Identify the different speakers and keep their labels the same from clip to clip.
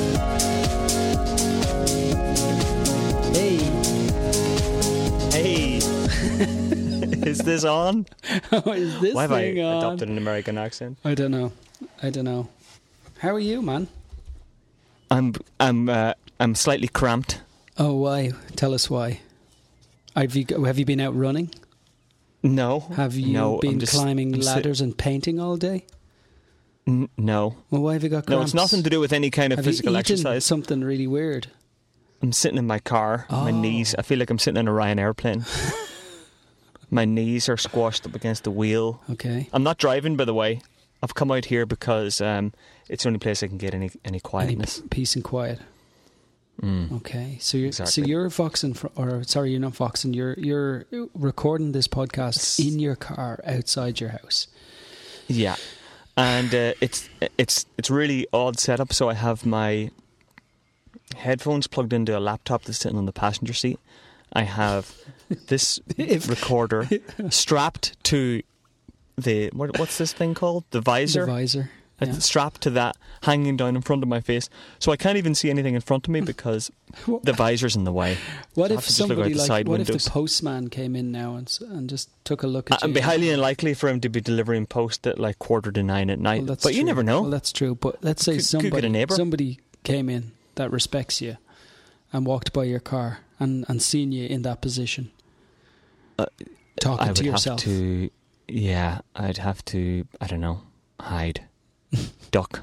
Speaker 1: Hey, is this on?
Speaker 2: How is this
Speaker 1: Why have I
Speaker 2: thing on?
Speaker 1: adopted an American accent?
Speaker 2: I don't know. I don't know. How are you, man?
Speaker 1: I'm I'm uh, I'm slightly cramped.
Speaker 2: Oh, why? Tell us why. Have you go- have you been out running?
Speaker 1: No,
Speaker 2: Have you
Speaker 1: no, I'm
Speaker 2: been
Speaker 1: just-
Speaker 2: climbing
Speaker 1: I'm si-
Speaker 2: ladders and painting all day?
Speaker 1: N- no,
Speaker 2: Well, why have you got
Speaker 1: no,
Speaker 2: cramps?
Speaker 1: it's nothing to do with any kind of
Speaker 2: have
Speaker 1: physical
Speaker 2: you eaten
Speaker 1: exercise.
Speaker 2: Something really weird.
Speaker 1: I'm sitting in my car. My
Speaker 2: Oh.
Speaker 1: knees. I feel like I'm sitting in a Ryan airplane. my knees are squashed up against the wheel.
Speaker 2: Okay.
Speaker 1: I'm not driving, by the way. I've come out here because um, it's the only place I can get any any
Speaker 2: Any p-
Speaker 1: quietness.
Speaker 2: peace and quiet.
Speaker 1: Mm.
Speaker 2: Okay. So you're so
Speaker 1: Exactly.
Speaker 2: you're voxing for, or sorry, you're not voxing. You're you're recording this podcast in your car outside your house.
Speaker 1: Yeah, and uh, it's it's it's really odd setup. So I have my headphones plugged into a laptop that's sitting on the passenger seat. I have this
Speaker 2: If-
Speaker 1: recorder strapped to the what, what's this thing called the visor.
Speaker 2: The visor.
Speaker 1: It's Strapped to that, hanging down in front of my face, so I can't even see anything in front of me because
Speaker 2: What-
Speaker 1: the visor's in the way.
Speaker 2: What
Speaker 1: I
Speaker 2: if
Speaker 1: have to just look out
Speaker 2: somebody
Speaker 1: the
Speaker 2: like
Speaker 1: side
Speaker 2: what if
Speaker 1: windows.
Speaker 2: the postman came in now and s- and just took a look
Speaker 1: Uh,
Speaker 2: at
Speaker 1: It'd
Speaker 2: you?
Speaker 1: be highly unlikely for him to be delivering post at like quarter to nine at night,
Speaker 2: Well,
Speaker 1: but
Speaker 2: that's
Speaker 1: you
Speaker 2: true.
Speaker 1: never know.
Speaker 2: Well, that's true. But let's say
Speaker 1: Could- could get a
Speaker 2: somebody
Speaker 1: neighbour.
Speaker 2: somebody came in that respects you and walked by your car and and seen you in that position,
Speaker 1: Uh,
Speaker 2: talking
Speaker 1: I would
Speaker 2: to yourself.
Speaker 1: have to, yeah, I'd have to, I don't know, hide, duck.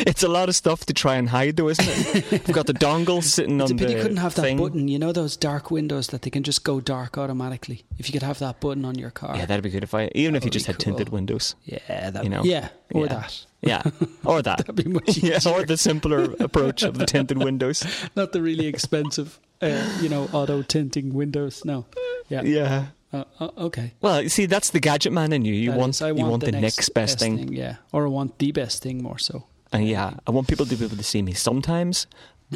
Speaker 1: it's a lot of stuff to try and hide, though, isn't it? We've got the dongle sitting
Speaker 2: It's
Speaker 1: on
Speaker 2: a pity
Speaker 1: the
Speaker 2: you couldn't have that
Speaker 1: thing.
Speaker 2: button. You know those dark windows that they can just go dark automatically. If you could have that button on your car,
Speaker 1: Yeah, that'd be good if I, even if
Speaker 2: That
Speaker 1: you
Speaker 2: would
Speaker 1: just
Speaker 2: be
Speaker 1: had tinted
Speaker 2: cool.
Speaker 1: windows.
Speaker 2: yeah, that,
Speaker 1: you know,
Speaker 2: yeah, or
Speaker 1: yeah.
Speaker 2: that.
Speaker 1: Yeah, or that.
Speaker 2: That'd be much
Speaker 1: yeah,
Speaker 2: easier.
Speaker 1: or the simpler approach of the tinted windows.
Speaker 2: Not the really expensive, uh, you know, auto tinting windows. No. Yeah.
Speaker 1: Yeah.
Speaker 2: Uh, uh, okay.
Speaker 1: Well, you see, that's the gadget man in you. You
Speaker 2: That
Speaker 1: want,
Speaker 2: is, I
Speaker 1: you want the, next, best thing.
Speaker 2: Yeah. Or I want the best thing more so.
Speaker 1: And yeah, I want people to be able to see me sometimes,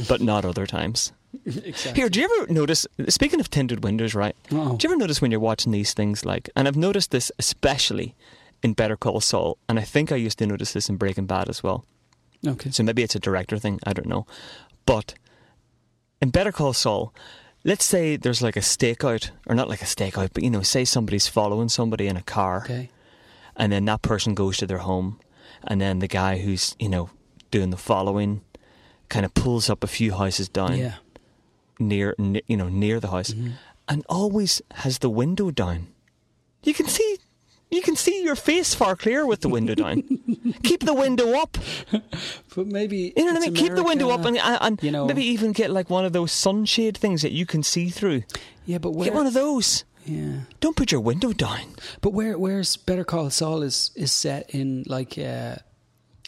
Speaker 1: but not other times.
Speaker 2: exactly.
Speaker 1: Here, do you ever notice? Speaking of tinted windows, right?
Speaker 2: Oh.
Speaker 1: Do you ever notice when you're watching these things, like, and I've noticed this especially in Better Call Saul, and I think I used to notice this in Breaking Bad as well.
Speaker 2: Okay.
Speaker 1: So maybe it's a director thing, I don't know. But in Better Call Saul, let's say there's like a stakeout, or not like a stakeout, but you know, say somebody's following somebody in a car,
Speaker 2: Okay.
Speaker 1: and then that person goes to their home, and then the guy who's, you know, doing the following kind of pulls up a few houses down
Speaker 2: Yeah.
Speaker 1: near, ne you know near the house
Speaker 2: Mm-hmm.
Speaker 1: and always has the window down you can see you can see your face far clear with the window down keep the window up
Speaker 2: But maybe
Speaker 1: you know what
Speaker 2: it's
Speaker 1: i mean keep the window up and,
Speaker 2: America.
Speaker 1: and and
Speaker 2: you know-
Speaker 1: maybe even get like one of those sunshade things that you can see through
Speaker 2: yeah, but
Speaker 1: get
Speaker 2: where?
Speaker 1: one of those
Speaker 2: yeah,
Speaker 1: don't put your window down
Speaker 2: but where? Where's Better Call Saul is is set in like uh,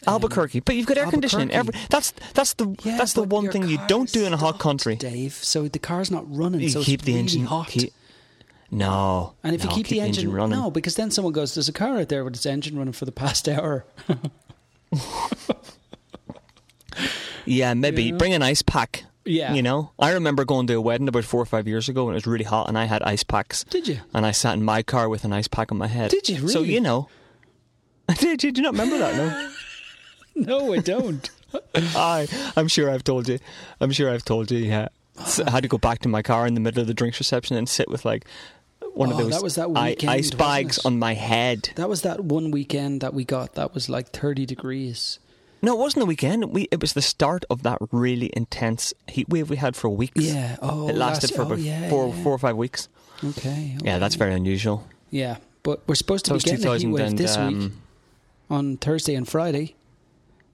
Speaker 1: albuquerque but you've got air conditioning every
Speaker 2: Albuquerque.
Speaker 1: that's that's the
Speaker 2: yeah,
Speaker 1: that's the
Speaker 2: but
Speaker 1: one
Speaker 2: your
Speaker 1: thing you
Speaker 2: car
Speaker 1: don't
Speaker 2: is
Speaker 1: do in a hot
Speaker 2: stopped,
Speaker 1: country
Speaker 2: Dave. So the car's not running.
Speaker 1: you
Speaker 2: so
Speaker 1: keep
Speaker 2: it's
Speaker 1: the
Speaker 2: really
Speaker 1: engine
Speaker 2: hot.
Speaker 1: keep- no
Speaker 2: and if
Speaker 1: no,
Speaker 2: you keep, the engine,
Speaker 1: running
Speaker 2: no, because then someone goes, "There's a car out there with its engine running for the past hour."
Speaker 1: Yeah, maybe
Speaker 2: You know?
Speaker 1: bring an ice pack.
Speaker 2: Yeah.
Speaker 1: You know, I remember going to a wedding about four or five years ago and it was really hot and I had ice packs.
Speaker 2: Did you?
Speaker 1: And I sat in my car with an ice pack on my head.
Speaker 2: Did you
Speaker 1: So,
Speaker 2: really?
Speaker 1: you know. Did you, do you not remember that? No.
Speaker 2: No, I don't.
Speaker 1: I, I'm sure I've told you. I'm sure I've told you, yeah. So I had to go back to my car in the middle of the drinks reception and sit with like one of
Speaker 2: Oh,
Speaker 1: those
Speaker 2: that was that
Speaker 1: i-
Speaker 2: weekend,
Speaker 1: ice
Speaker 2: wasn't
Speaker 1: bags
Speaker 2: it?
Speaker 1: on my head.
Speaker 2: That was that one weekend that we got that was like 30 degrees.
Speaker 1: No, it wasn't the weekend. We It was the start of that really intense heat wave we had for weeks.
Speaker 2: Yeah. Oh,
Speaker 1: It lasted
Speaker 2: last-
Speaker 1: for
Speaker 2: oh,
Speaker 1: about
Speaker 2: yeah,
Speaker 1: four,
Speaker 2: yeah.
Speaker 1: four or five weeks.
Speaker 2: Okay.
Speaker 1: Yeah, that's very unusual.
Speaker 2: Yeah. But we're supposed to
Speaker 1: So
Speaker 2: be
Speaker 1: it's
Speaker 2: getting a heat
Speaker 1: 2000
Speaker 2: wave
Speaker 1: and
Speaker 2: this week
Speaker 1: um,
Speaker 2: on Thursday and Friday.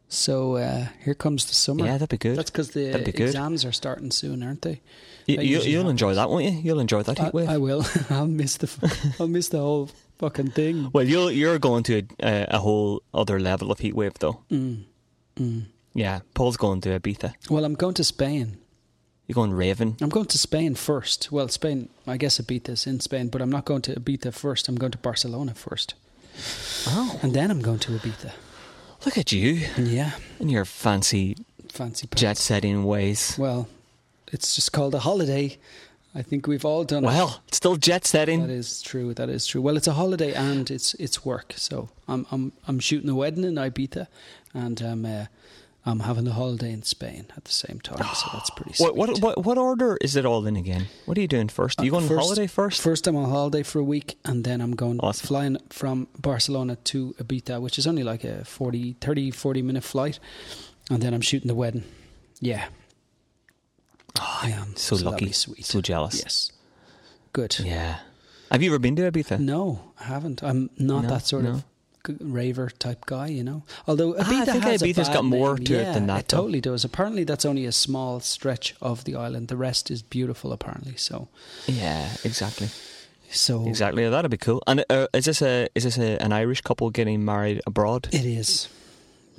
Speaker 2: So uh, here comes the summer.
Speaker 1: yeah, that'd be good.
Speaker 2: That's because the
Speaker 1: That'd be good.
Speaker 2: exams are starting soon, aren't they?
Speaker 1: you,
Speaker 2: that
Speaker 1: you,
Speaker 2: usually
Speaker 1: you'll enjoy that, won't you? You'll enjoy that
Speaker 2: I,
Speaker 1: heat wave.
Speaker 2: I will. I'll miss the. f- I'll miss the whole fucking thing.
Speaker 1: well, you'll, you're going to a, a whole other level of heat wave, though.
Speaker 2: Mm. Mm.
Speaker 1: Yeah, Paul's going to Ibiza.
Speaker 2: Well, I'm going to Spain.
Speaker 1: You're going raving.
Speaker 2: I'm going to Spain first. Well, Spain. I guess Ibiza's in Spain, but I'm not going to Ibiza first. I'm going to Barcelona first,
Speaker 1: Oh,
Speaker 2: and then I'm going to Ibiza.
Speaker 1: look at you
Speaker 2: Yeah,
Speaker 1: and your fancy
Speaker 2: fancy. pants.
Speaker 1: jet setting ways.
Speaker 2: Well, it's just called a holiday. I think we've all done it.
Speaker 1: Well, it's still jet
Speaker 2: That
Speaker 1: setting.
Speaker 2: is true. That is true. Well, it's a holiday and it's it's work. So I'm I'm I'm shooting a wedding in Ibiza, and I'm uh, I'm having a holiday in Spain at the same time, so that's pretty. Sweet.
Speaker 1: What, what what what order is it all in again? What are you doing first? Are you
Speaker 2: Uh,
Speaker 1: going on
Speaker 2: first-
Speaker 1: holiday first?
Speaker 2: First, I'm on holiday for a week, and then I'm going
Speaker 1: Awesome.
Speaker 2: flying from Barcelona to Ibiza, which is only like a 40, 30, 40 minute flight, and then I'm shooting the wedding. Yeah, I am
Speaker 1: Ah, so
Speaker 2: that'll
Speaker 1: lucky.
Speaker 2: be sweet.
Speaker 1: So jealous.
Speaker 2: Yes, good.
Speaker 1: Yeah. Have you ever been to Ibiza?
Speaker 2: No, I haven't. I'm not
Speaker 1: No,
Speaker 2: that sort
Speaker 1: no.
Speaker 2: of g- raver type guy, you know. Although
Speaker 1: Ah, I
Speaker 2: Ibiza
Speaker 1: think
Speaker 2: has a
Speaker 1: Ibiza's
Speaker 2: bad
Speaker 1: got more
Speaker 2: name.
Speaker 1: to it
Speaker 2: Yeah,
Speaker 1: than that,
Speaker 2: It
Speaker 1: though.
Speaker 2: totally does. Apparently, that's only a small stretch of the island. The rest is beautiful, apparently. So,
Speaker 1: Yeah, exactly.
Speaker 2: so
Speaker 1: Exactly. That'd be cool. And uh, is this a is this a, an Irish couple getting married abroad?
Speaker 2: it is.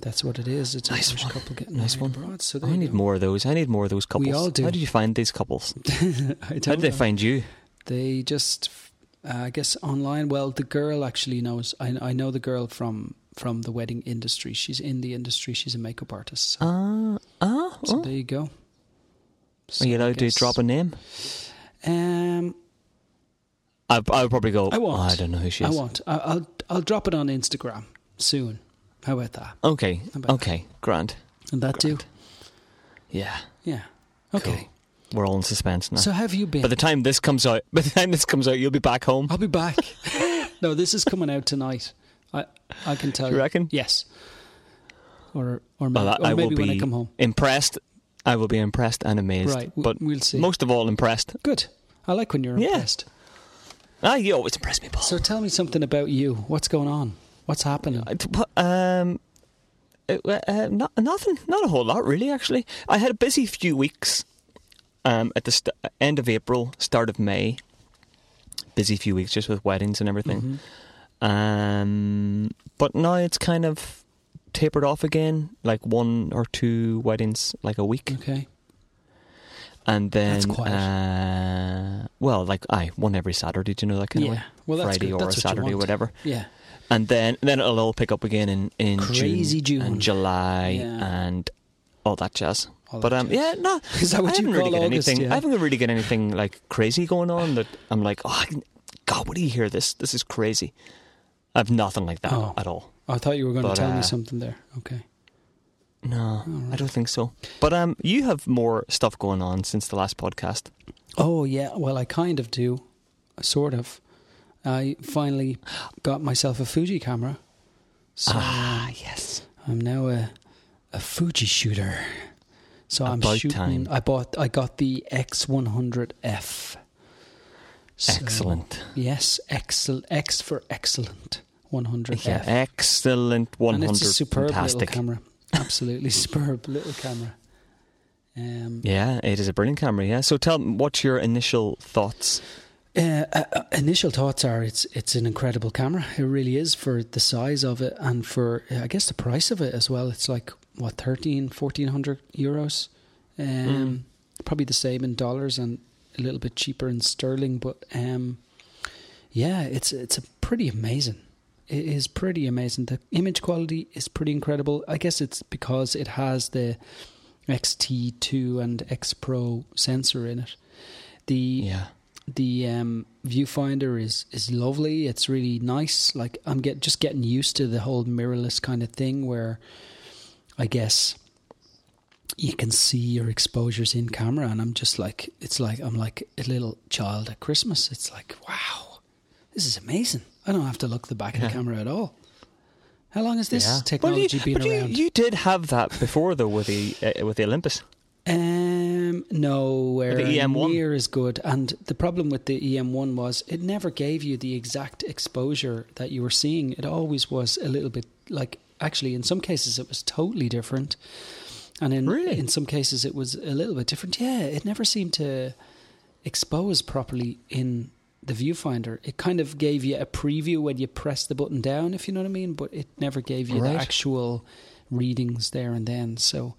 Speaker 2: That's what it is. It's
Speaker 1: Nice
Speaker 2: a Irish
Speaker 1: one.
Speaker 2: couple getting
Speaker 1: Nice
Speaker 2: married
Speaker 1: one.
Speaker 2: abroad. So there
Speaker 1: I
Speaker 2: you
Speaker 1: need
Speaker 2: go.
Speaker 1: more of those. I need more of those couples.
Speaker 2: all
Speaker 1: How
Speaker 2: do.
Speaker 1: did you find these couples?
Speaker 2: I
Speaker 1: How
Speaker 2: don't
Speaker 1: did they
Speaker 2: know.
Speaker 1: find you?
Speaker 2: They just, uh, I guess, online. Well, the girl actually knows. I, I know the girl from from the wedding industry. She's in the industry. She's a makeup artist. So,
Speaker 1: Ah, ah.
Speaker 2: so
Speaker 1: oh.
Speaker 2: there you go. So
Speaker 1: Are you
Speaker 2: I
Speaker 1: allowed to
Speaker 2: guess-
Speaker 1: drop a name?
Speaker 2: Um,
Speaker 1: I I would probably go.
Speaker 2: I won't.
Speaker 1: "Oh, I don't know who she
Speaker 2: I
Speaker 1: is.
Speaker 2: won't. I, I'll I'll drop it on Instagram soon. How about that?
Speaker 1: Okay.
Speaker 2: How about
Speaker 1: Okay. Grand.
Speaker 2: And that do?
Speaker 1: Yeah.
Speaker 2: Yeah. Okay.
Speaker 1: We're all in suspense now.
Speaker 2: So have you been?
Speaker 1: by the time this comes out, by the time this comes out, you'll be back home.
Speaker 2: I'll be back. no, this is coming out tonight. I I can tell
Speaker 1: You reckon?
Speaker 2: Yes. Or or maybe,
Speaker 1: Well,
Speaker 2: or
Speaker 1: I, I will
Speaker 2: maybe
Speaker 1: be
Speaker 2: when I come home.
Speaker 1: impressed. I will be impressed and amazed.
Speaker 2: Right. w-
Speaker 1: But
Speaker 2: we'll see.
Speaker 1: most of all, impressed.
Speaker 2: Good. I like when you're
Speaker 1: Yeah.
Speaker 2: impressed.
Speaker 1: Ah, you always impress me, Paul.
Speaker 2: So tell me something about you. What's going on? What's happening?
Speaker 1: I- Uh, t- pu- um, it- uh, uh, not, nothing, not a whole lot really. Actually, I had a busy few weeks. Um, at the st- end of April, start of May, busy few weeks just with weddings and everything.
Speaker 2: Mhm.
Speaker 1: Um, but now it's kind of tapered off again, like one or two weddings like a week,
Speaker 2: Okay.
Speaker 1: and then
Speaker 2: Mm. That's quiet.
Speaker 1: Uh, well, like I one every Saturday, do you know that kind
Speaker 2: yeah.
Speaker 1: of way?
Speaker 2: Well, that's
Speaker 1: Friday
Speaker 2: good.
Speaker 1: or
Speaker 2: That's what
Speaker 1: a
Speaker 2: you
Speaker 1: Saturday or
Speaker 2: want.
Speaker 1: whatever,
Speaker 2: Yeah.
Speaker 1: and then then it'll all pick up again in in
Speaker 2: Crazy June.
Speaker 1: and July
Speaker 2: Yeah.
Speaker 1: and all that jazz.
Speaker 2: All
Speaker 1: but
Speaker 2: that
Speaker 1: um,
Speaker 2: jazz.
Speaker 1: yeah, no,
Speaker 2: Is that
Speaker 1: I
Speaker 2: what you
Speaker 1: haven't
Speaker 2: call
Speaker 1: really got
Speaker 2: August?
Speaker 1: anything.
Speaker 2: yeah?
Speaker 1: I haven't really got anything like crazy going on that I'm like, oh I can- God, what do you hear this? This is crazy. I've nothing like that
Speaker 2: Oh.
Speaker 1: at all.
Speaker 2: I thought you were going
Speaker 1: But,
Speaker 2: to tell
Speaker 1: uh,
Speaker 2: me something there. Okay.
Speaker 1: No, I
Speaker 2: right.
Speaker 1: don't think so. But um, you have more stuff going on since the last podcast.
Speaker 2: Oh yeah, well I kind of do, sort of. I finally got myself a Fuji camera, so
Speaker 1: ah, yes.
Speaker 2: I'm now a a Fuji shooter. So I'm
Speaker 1: About
Speaker 2: shooting.
Speaker 1: time.
Speaker 2: I bought. I got the X100F. So-
Speaker 1: Excellent.
Speaker 2: Yes, excel. X for excellent. 100F.
Speaker 1: Yeah, excellent. One
Speaker 2: and it's a
Speaker 1: hundred,
Speaker 2: superb
Speaker 1: fantastic.
Speaker 2: little camera. Absolutely superb little camera. Um,
Speaker 1: Yeah, it is a brilliant camera. Yeah. So tell me, what's your initial thoughts?
Speaker 2: Uh, uh, uh, initial thoughts are it's it's an incredible camera. It really is for the size of it and for uh, I guess the price of it as well. It's like what 13 1400 euros. Um probably the same in dollars and a little bit cheaper in sterling but um yeah, it's it's a pretty amazing. It is pretty amazing. The image quality is pretty incredible. I guess it's because it has the XT2 and X Pro sensor in it. The
Speaker 1: Yeah.
Speaker 2: the um, viewfinder is is lovely. It's really nice. Like I'm get just getting used to the whole mirrorless kind of thing, where I guess you can see your exposures in camera, and I'm just like it's like I'm like a little child at Christmas. It's like wow, this is amazing. I don't have to look the back of
Speaker 1: Yeah.
Speaker 2: the camera at all. How long has this
Speaker 1: yeah.
Speaker 2: technology
Speaker 1: but you,
Speaker 2: been
Speaker 1: but
Speaker 2: around?
Speaker 1: You, you did have that before though with the uh, with the Olympus.
Speaker 2: Um, nowhere
Speaker 1: With the E EM1.
Speaker 2: near as good. And the problem with the EM1 was it never gave you the exact exposure that you were seeing. It always was a little bit like actually in some cases it was totally different, and in
Speaker 1: Really?
Speaker 2: in some cases it was a little bit different. Yeah, it never seemed to expose properly in the viewfinder. It kind of gave you a preview when you pressed the button down, if you know what I mean, but it never gave you
Speaker 1: Right.
Speaker 2: the actual readings there and then. So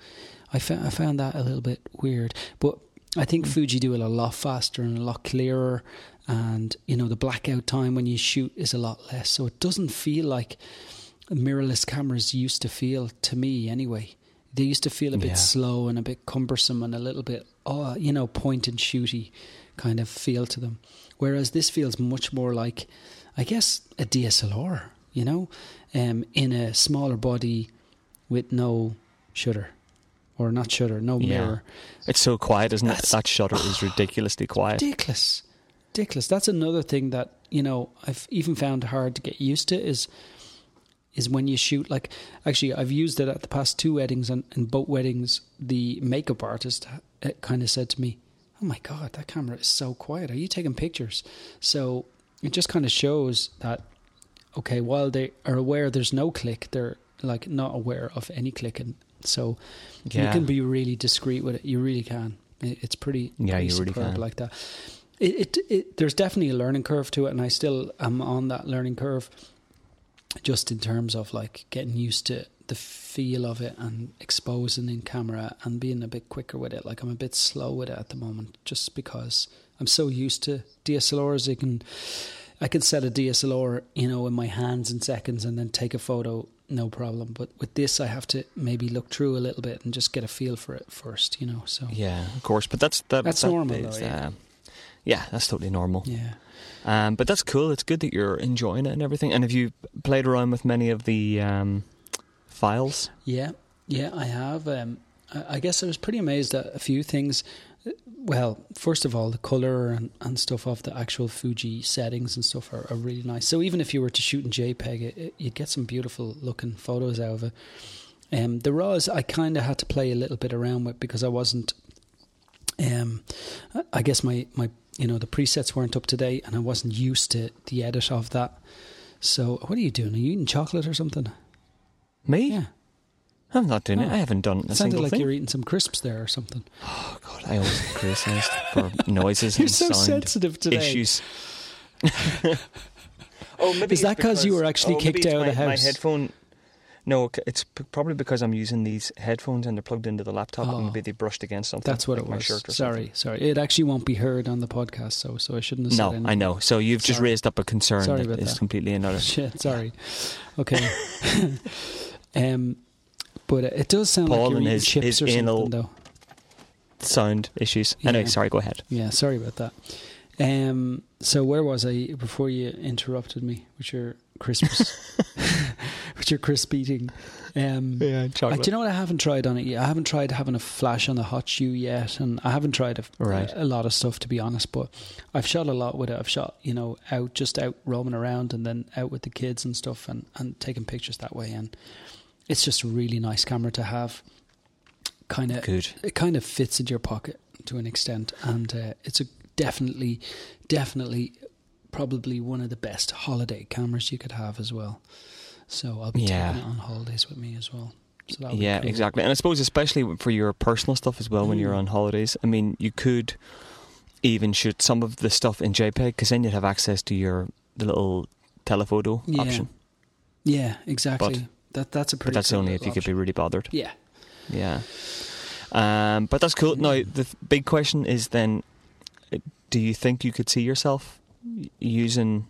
Speaker 2: I found I found that a little bit weird, but I think Fuji do it a lot faster and a lot clearer, and you know the blackout time when you shoot is a lot less, so it doesn't feel like mirrorless cameras used to feel to me anyway. They used to feel a bit
Speaker 1: Yeah.
Speaker 2: slow and a bit cumbersome and a little bit, oh, you know, point and shooty kind of feel to them. Whereas this feels much more like, I guess, a DSLR, you know, um, in a smaller body with no shutter. or not shutter, no
Speaker 1: Yeah.
Speaker 2: mirror.
Speaker 1: It's so quiet, isn't
Speaker 2: That's-
Speaker 1: it? That shutter is ridiculously quiet.
Speaker 2: Ridiculous, ridiculous. That's another thing that you know I've even found hard to get used to is is when you shoot like actually I've used it at the past two weddings and, and both weddings the makeup artist kind of said to me, "Oh my god, that camera is so quiet. Are you taking pictures?" So it just kind of shows that okay, while they are aware there's no click, they're like not aware of any click, and so you
Speaker 1: Yeah.
Speaker 2: can be really discreet with it. You really can. It- It's pretty
Speaker 1: Yeah,
Speaker 2: pretty
Speaker 1: you really
Speaker 2: superb
Speaker 1: can.
Speaker 2: like that. It, it it there's definitely a learning curve to it, and I still am on that learning curve, just in terms of like getting used to the feel of it and exposing in camera and being a bit quicker with it. Like I'm a bit slow with it at the moment, just because I'm so used to DSLRs. You can I can set a DSLR, you know, in my hands in seconds and then take a photo, no problem. But with this, I have to maybe look through a little bit and just get a feel for it first, you know. So
Speaker 1: Yeah, of course. But that's that,
Speaker 2: That's
Speaker 1: that
Speaker 2: normal,
Speaker 1: is,
Speaker 2: though, yeah.
Speaker 1: um, yeah, that's totally normal.
Speaker 2: yeah.
Speaker 1: Um, but that's cool. It's good that you're enjoying it and everything. And have you played around with many of the um, files?
Speaker 2: Yeah, yeah, I have. Um, I, I guess I was pretty amazed at a few things. Uh, Well, first of all, the color and, and stuff of the actual Fuji settings and stuff are, are really nice. So even if you were to shoot in JPEG, it, it, you'd get some beautiful looking photos out of it. Um, the RAWs I kind of had to play a little bit around with because I wasn't. Um, I- I guess my my you know the presets weren't up to date and I wasn't used to the edit of that. So what are you doing? Are you eating chocolate or something?
Speaker 1: Me?
Speaker 2: Yeah.
Speaker 1: I'm not doing it.
Speaker 2: Oh.
Speaker 1: I haven't done a
Speaker 2: It sounded
Speaker 1: single
Speaker 2: like
Speaker 1: thing.
Speaker 2: you're eating some crisps there or something.
Speaker 1: Oh God, I always get criticised for noises
Speaker 2: You're
Speaker 1: and
Speaker 2: so
Speaker 1: sound
Speaker 2: sensitive today.
Speaker 1: issues. oh, maybe
Speaker 2: Is that
Speaker 1: it's oh,
Speaker 2: 'cause you were actually
Speaker 1: maybe
Speaker 2: kicked
Speaker 1: it's
Speaker 2: out of
Speaker 1: my-
Speaker 2: the house?
Speaker 1: My headphone. No, c- it's p- probably because I'm using these headphones and they're plugged into the laptop,
Speaker 2: Oh.
Speaker 1: and maybe they brushed against something.
Speaker 2: That's what
Speaker 1: like
Speaker 2: it
Speaker 1: my
Speaker 2: was.
Speaker 1: shirt or
Speaker 2: Sorry, sorry. It actually won't be heard on the podcast, so so I shouldn't have said
Speaker 1: something.
Speaker 2: anything.
Speaker 1: No, I know. So you've just
Speaker 2: Sorry.
Speaker 1: raised up a concern
Speaker 2: Sorry
Speaker 1: that
Speaker 2: about
Speaker 1: is
Speaker 2: that.
Speaker 1: completely another.
Speaker 2: Shit, sorry. Okay. um, but it does sound
Speaker 1: Paul
Speaker 2: like you're
Speaker 1: and
Speaker 2: eating
Speaker 1: his-
Speaker 2: chips
Speaker 1: his
Speaker 2: or something,
Speaker 1: anal-
Speaker 2: though.
Speaker 1: sound issues. Anyway,
Speaker 2: Yeah.
Speaker 1: sorry, go ahead.
Speaker 2: Yeah, sorry about that. Um, so where was I before you interrupted me with your crisps, with your crisp eating? Um,
Speaker 1: Yeah,
Speaker 2: I, do you know what I haven't tried on it yet? I haven't tried having a flash on the hot shoe yet, and I haven't tried a,
Speaker 1: Right.
Speaker 2: a, lot of stuff to be honest. But I've shot a lot with it. I've shot you know out just out roaming around, and then out with the kids and stuff, and and taking pictures that way. And it's just a really nice camera to have. Kind of
Speaker 1: Good.
Speaker 2: it kind of fits in your pocket to an extent, and uh, it's a definitely, definitely, probably one of the best holiday cameras you could have as well. So I'll be
Speaker 1: Yeah.
Speaker 2: taking it on holidays with me as well. So that'll be
Speaker 1: Yeah,
Speaker 2: cool.
Speaker 1: exactly. And I suppose, especially for your personal stuff as well, when you're
Speaker 2: Mm.
Speaker 1: on holidays, I mean, you could even shoot some of the stuff in JPEG because then you'd have access to your the little telephoto
Speaker 2: Yeah,
Speaker 1: option.
Speaker 2: Yeah, exactly. that that's a pretty.
Speaker 1: But that's
Speaker 2: cool
Speaker 1: only if
Speaker 2: little
Speaker 1: you could
Speaker 2: option.
Speaker 1: be really bothered.
Speaker 2: Yeah.
Speaker 1: Yeah. Um, but that's cool. Now,
Speaker 2: Mm.
Speaker 1: the th- big question is then uh, do you think you could see yourself y- using.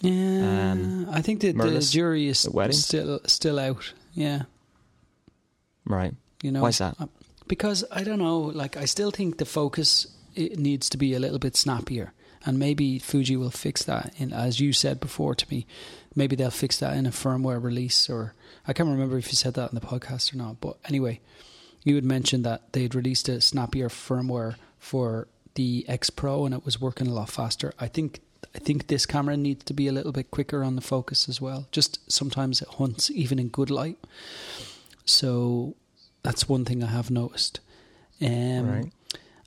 Speaker 2: Yeah.
Speaker 1: Um,
Speaker 2: I think that the
Speaker 1: Merlis
Speaker 2: jury is
Speaker 1: at weddings?
Speaker 2: still still out. Yeah.
Speaker 1: Right.
Speaker 2: You know.
Speaker 1: Why's that?
Speaker 2: because I don't know. Like I still think the focus it needs to be a little bit snappier, and maybe Fuji will fix that. And as you said before to me, maybe they'll fix that in a firmware release, or I can't remember if you said that in the podcast or not. But anyway, you had mentioned that they'd released a snappier firmware for the X Pro, and it was working a lot faster. I think. I think this camera needs to be a little bit quicker on the focus as well. Just sometimes it hunts even in good light. So that's one thing I have noticed. Um,
Speaker 1: Right.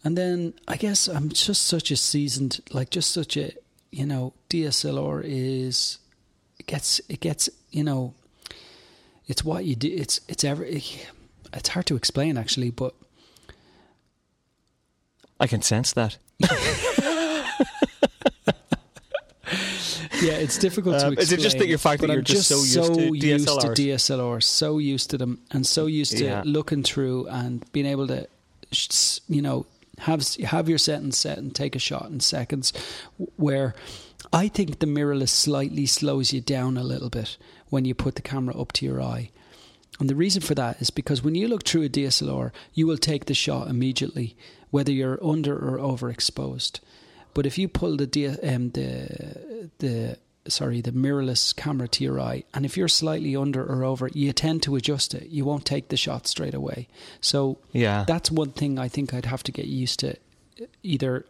Speaker 2: And then I guess I'm just such a seasoned, like just such a, you know, DSLR is, it gets, it gets, you know, it's what you do. It's, it's every, it's hard to explain actually, but
Speaker 1: I can sense that.
Speaker 2: yeah, it's difficult to
Speaker 1: Um,
Speaker 2: explain.
Speaker 1: is it just that your fact that
Speaker 2: but
Speaker 1: you're
Speaker 2: I'm
Speaker 1: just so used to DSLRs?
Speaker 2: DSLRs, so used to them, and so used to
Speaker 1: Yeah.
Speaker 2: looking through and being able to, sh- s- you know, have s- have your settings set and take a shot in seconds. w- Where I think the mirrorless slightly slows you down a little bit when you put the camera up to your eye. And the reason for that is because when you look through a DSLR, you will take the shot immediately, whether you're under or overexposed. But if you pull the D- um, the the sorry, the mirrorless camera to your eye, and if you're slightly under or over, you tend to adjust it. You won't take the shot straight away. So
Speaker 1: Yeah.
Speaker 2: that's one thing I think I'd have to get used to, either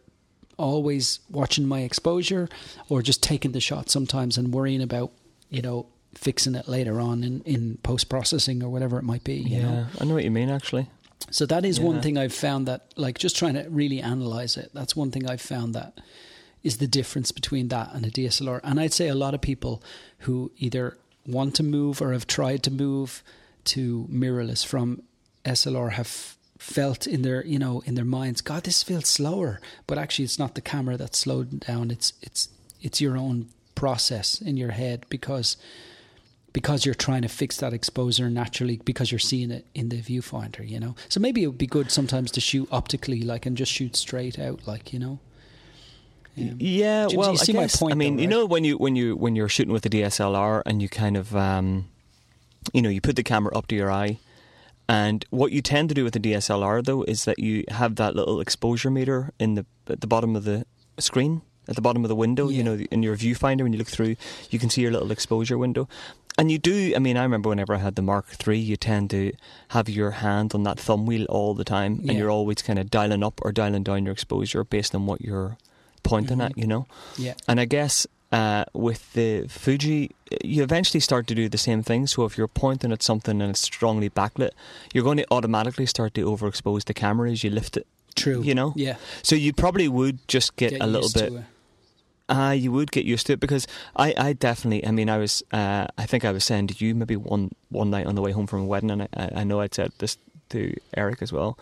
Speaker 2: always watching my exposure or just taking the shot sometimes and worrying about you know fixing it later on in in post processing or whatever it might be. You
Speaker 1: yeah.
Speaker 2: know.
Speaker 1: I know what you mean, actually.
Speaker 2: So that is
Speaker 1: Yeah.
Speaker 2: one thing I've found that, like, just trying to really analyze it. That's one thing I've found that is the difference between that and a DSLR. And I'd say a lot of people who either want to move or have tried to move to mirrorless from SLR have felt in their you know in their minds god this feels slower but actually it's not the camera that's slowed down it's it's it's your own process in your head because because you're trying to fix that exposure naturally because you're seeing it in the viewfinder, you know. So maybe it would be good sometimes to shoot optically, like, and just shoot straight out, like, you know. Um,
Speaker 1: Yeah,
Speaker 2: Do you-
Speaker 1: well,
Speaker 2: do you see
Speaker 1: I
Speaker 2: my
Speaker 1: guess-
Speaker 2: point,
Speaker 1: I mean,
Speaker 2: though,
Speaker 1: you
Speaker 2: right?
Speaker 1: know, when you when you when you're shooting with a DSLR and you kind of, um, you know, you put the camera up to your eye, and what you tend to do with a DSLR though is that you have that little exposure meter in the at the bottom of the screen, at the bottom of the window.
Speaker 2: Yeah.
Speaker 1: You know, in your viewfinder when you look through, you can see your little exposure window. And you do, I mean, I remember whenever I had the Mark III, you tend to have your hand on that thumb wheel all the time,
Speaker 2: Yeah.
Speaker 1: and you're always kind of dialing up or dialing down your exposure based on what you're pointing
Speaker 2: Mhm.
Speaker 1: at, you know?
Speaker 2: yeah,
Speaker 1: And I guess uh, with the Fuji, you eventually start to do the same thing. So if you're pointing at something and it's strongly backlit, you're going to automatically start to overexpose the camera as you lift it.
Speaker 2: true.
Speaker 1: You know?
Speaker 2: yeah,
Speaker 1: So you probably would just get, a little
Speaker 2: used to
Speaker 1: bit.
Speaker 2: it.
Speaker 1: Ah, you would get used to it because I, I definitely. I mean, I was. Uh, I think I was saying to you maybe one one night on the way home from a wedding, and I, I I know I'd said this to Eric as well.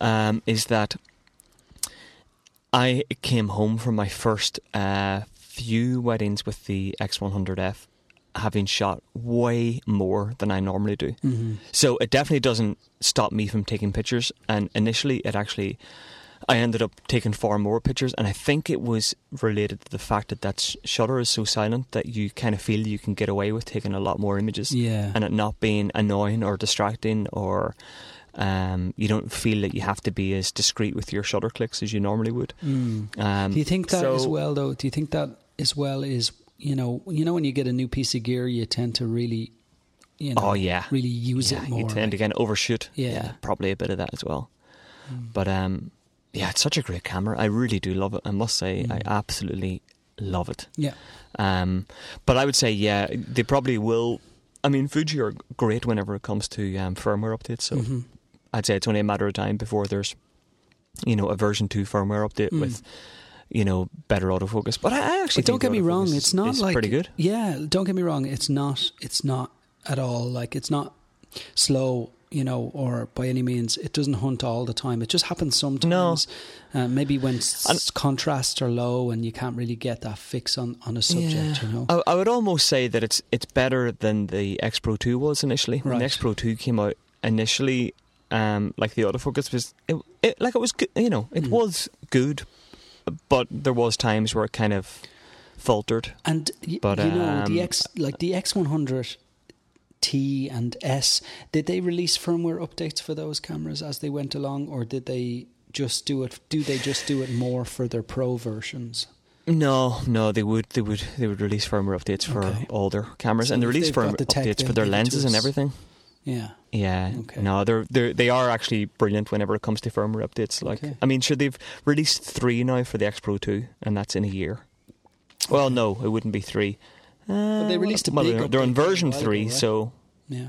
Speaker 1: Um, is that I came home from my first uh, few weddings with the X100F, having shot way more than I normally do.
Speaker 2: Mhm.
Speaker 1: So it definitely doesn't stop me from taking pictures. And initially, it actually, I ended up taking far more pictures. And I think it was related to the fact that that sh- shutter is so silent that you kind of feel you can get away with taking a lot more images
Speaker 2: Yeah,
Speaker 1: and it not being annoying or distracting or. Um, you don't feel that you have to be as discreet with your shutter clicks as you normally would.
Speaker 2: Mm.
Speaker 1: Um,
Speaker 2: Do you think that as
Speaker 1: so-
Speaker 2: well, though? Do you think that as well is you know you know when you get a new piece of gear, you tend to really, you know,
Speaker 1: Oh yeah,
Speaker 2: really use
Speaker 1: yeah,
Speaker 2: it more.
Speaker 1: you tend to
Speaker 2: like-
Speaker 1: kind of overshoot.
Speaker 2: Yeah.
Speaker 1: probably a bit of that as well.
Speaker 2: Mm.
Speaker 1: But um, yeah, it's such a great camera. I really do love it. I must say, I
Speaker 2: Mm.
Speaker 1: absolutely love it.
Speaker 2: Yeah.
Speaker 1: Um, but I would say, yeah, they probably will. I mean, Fuji are great whenever it comes to um, firmware updates. So
Speaker 2: Mhm.
Speaker 1: I'd say it's only a matter of time before there's, you know, a version two firmware update
Speaker 2: Mm.
Speaker 1: with, you know, better autofocus. But I, I actually
Speaker 2: But don't get
Speaker 1: think
Speaker 2: me wrong,
Speaker 1: autofocus
Speaker 2: it's not
Speaker 1: is
Speaker 2: like
Speaker 1: pretty good.
Speaker 2: Yeah, don't get me wrong, it's not it's not at all like it's not slow, you know, or by any means it doesn't hunt all the time. It just happens sometimes. Uh, maybe when s-
Speaker 1: And-
Speaker 2: contrasts are low and you can't really get that fix on on a subject,
Speaker 1: Yeah. Uh,
Speaker 2: you know.
Speaker 1: I, I would almost say that it's it's better than the X Pro Two was initially. When the
Speaker 2: Right.
Speaker 1: X Pro Two came out initially, um, like the autofocus was, it, it like it was, good, you know, it
Speaker 2: Mm.
Speaker 1: was good, but there was times where it kind of faltered.
Speaker 2: And y-
Speaker 1: But,
Speaker 2: you know the
Speaker 1: um,
Speaker 2: X like the X one hundred T and S. Did they release firmware updates for those cameras as they went along, or did they just do it? Do they just do it more for their pro versions?
Speaker 1: No, no, they would, they would, they would release firmware updates for
Speaker 2: Okay.
Speaker 1: all their cameras,
Speaker 2: So
Speaker 1: and they
Speaker 2: if
Speaker 1: release
Speaker 2: they've got
Speaker 1: firmware
Speaker 2: the tech,
Speaker 1: updates for
Speaker 2: they'll
Speaker 1: their
Speaker 2: give it to
Speaker 1: lenses and
Speaker 2: us.
Speaker 1: everything.
Speaker 2: Yeah.
Speaker 1: Yeah.
Speaker 2: Okay.
Speaker 1: No, they're they they are actually brilliant whenever it comes to firmware updates. Like,
Speaker 2: Okay.
Speaker 1: I mean, sure they've released three now for the X Pro Two, and that's in a year. Well, no, it wouldn't be three. Uh,
Speaker 2: they released a
Speaker 1: well,
Speaker 2: big
Speaker 1: they're, they're
Speaker 2: update
Speaker 1: on
Speaker 2: a
Speaker 1: version
Speaker 2: while ago,
Speaker 1: three,
Speaker 2: right?
Speaker 1: so
Speaker 2: Yeah.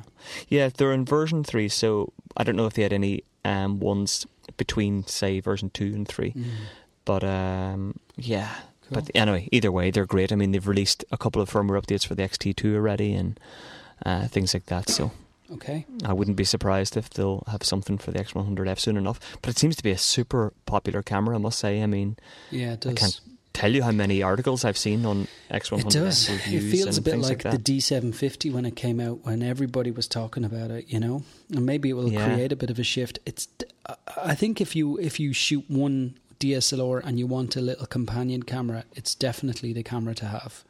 Speaker 1: yeah, they're on version three. So I don't know if they had any um, ones between say version two and three,
Speaker 2: Mm.
Speaker 1: but um, yeah.
Speaker 2: Cool.
Speaker 1: But anyway, either way, they're great. I mean, they've released a couple of firmware updates for the XT2 already, and uh, things like that. So.
Speaker 2: okay.
Speaker 1: I wouldn't be surprised if they'll have something for the X100F soon enough. But it seems to be a super popular camera, I must say. I mean,
Speaker 2: Yeah, it does.
Speaker 1: can't tell you how many articles I've seen on X100F
Speaker 2: it does. It
Speaker 1: reviews
Speaker 2: feels a
Speaker 1: and
Speaker 2: bit
Speaker 1: things
Speaker 2: like,
Speaker 1: like, that.
Speaker 2: the D750 when it came out, when everybody was talking about it, you know. And maybe it will
Speaker 1: Yeah.
Speaker 2: create a bit of a shift. It's. I- I think if you if you shoot one DSLR and you want a little companion camera, it's definitely the camera to have.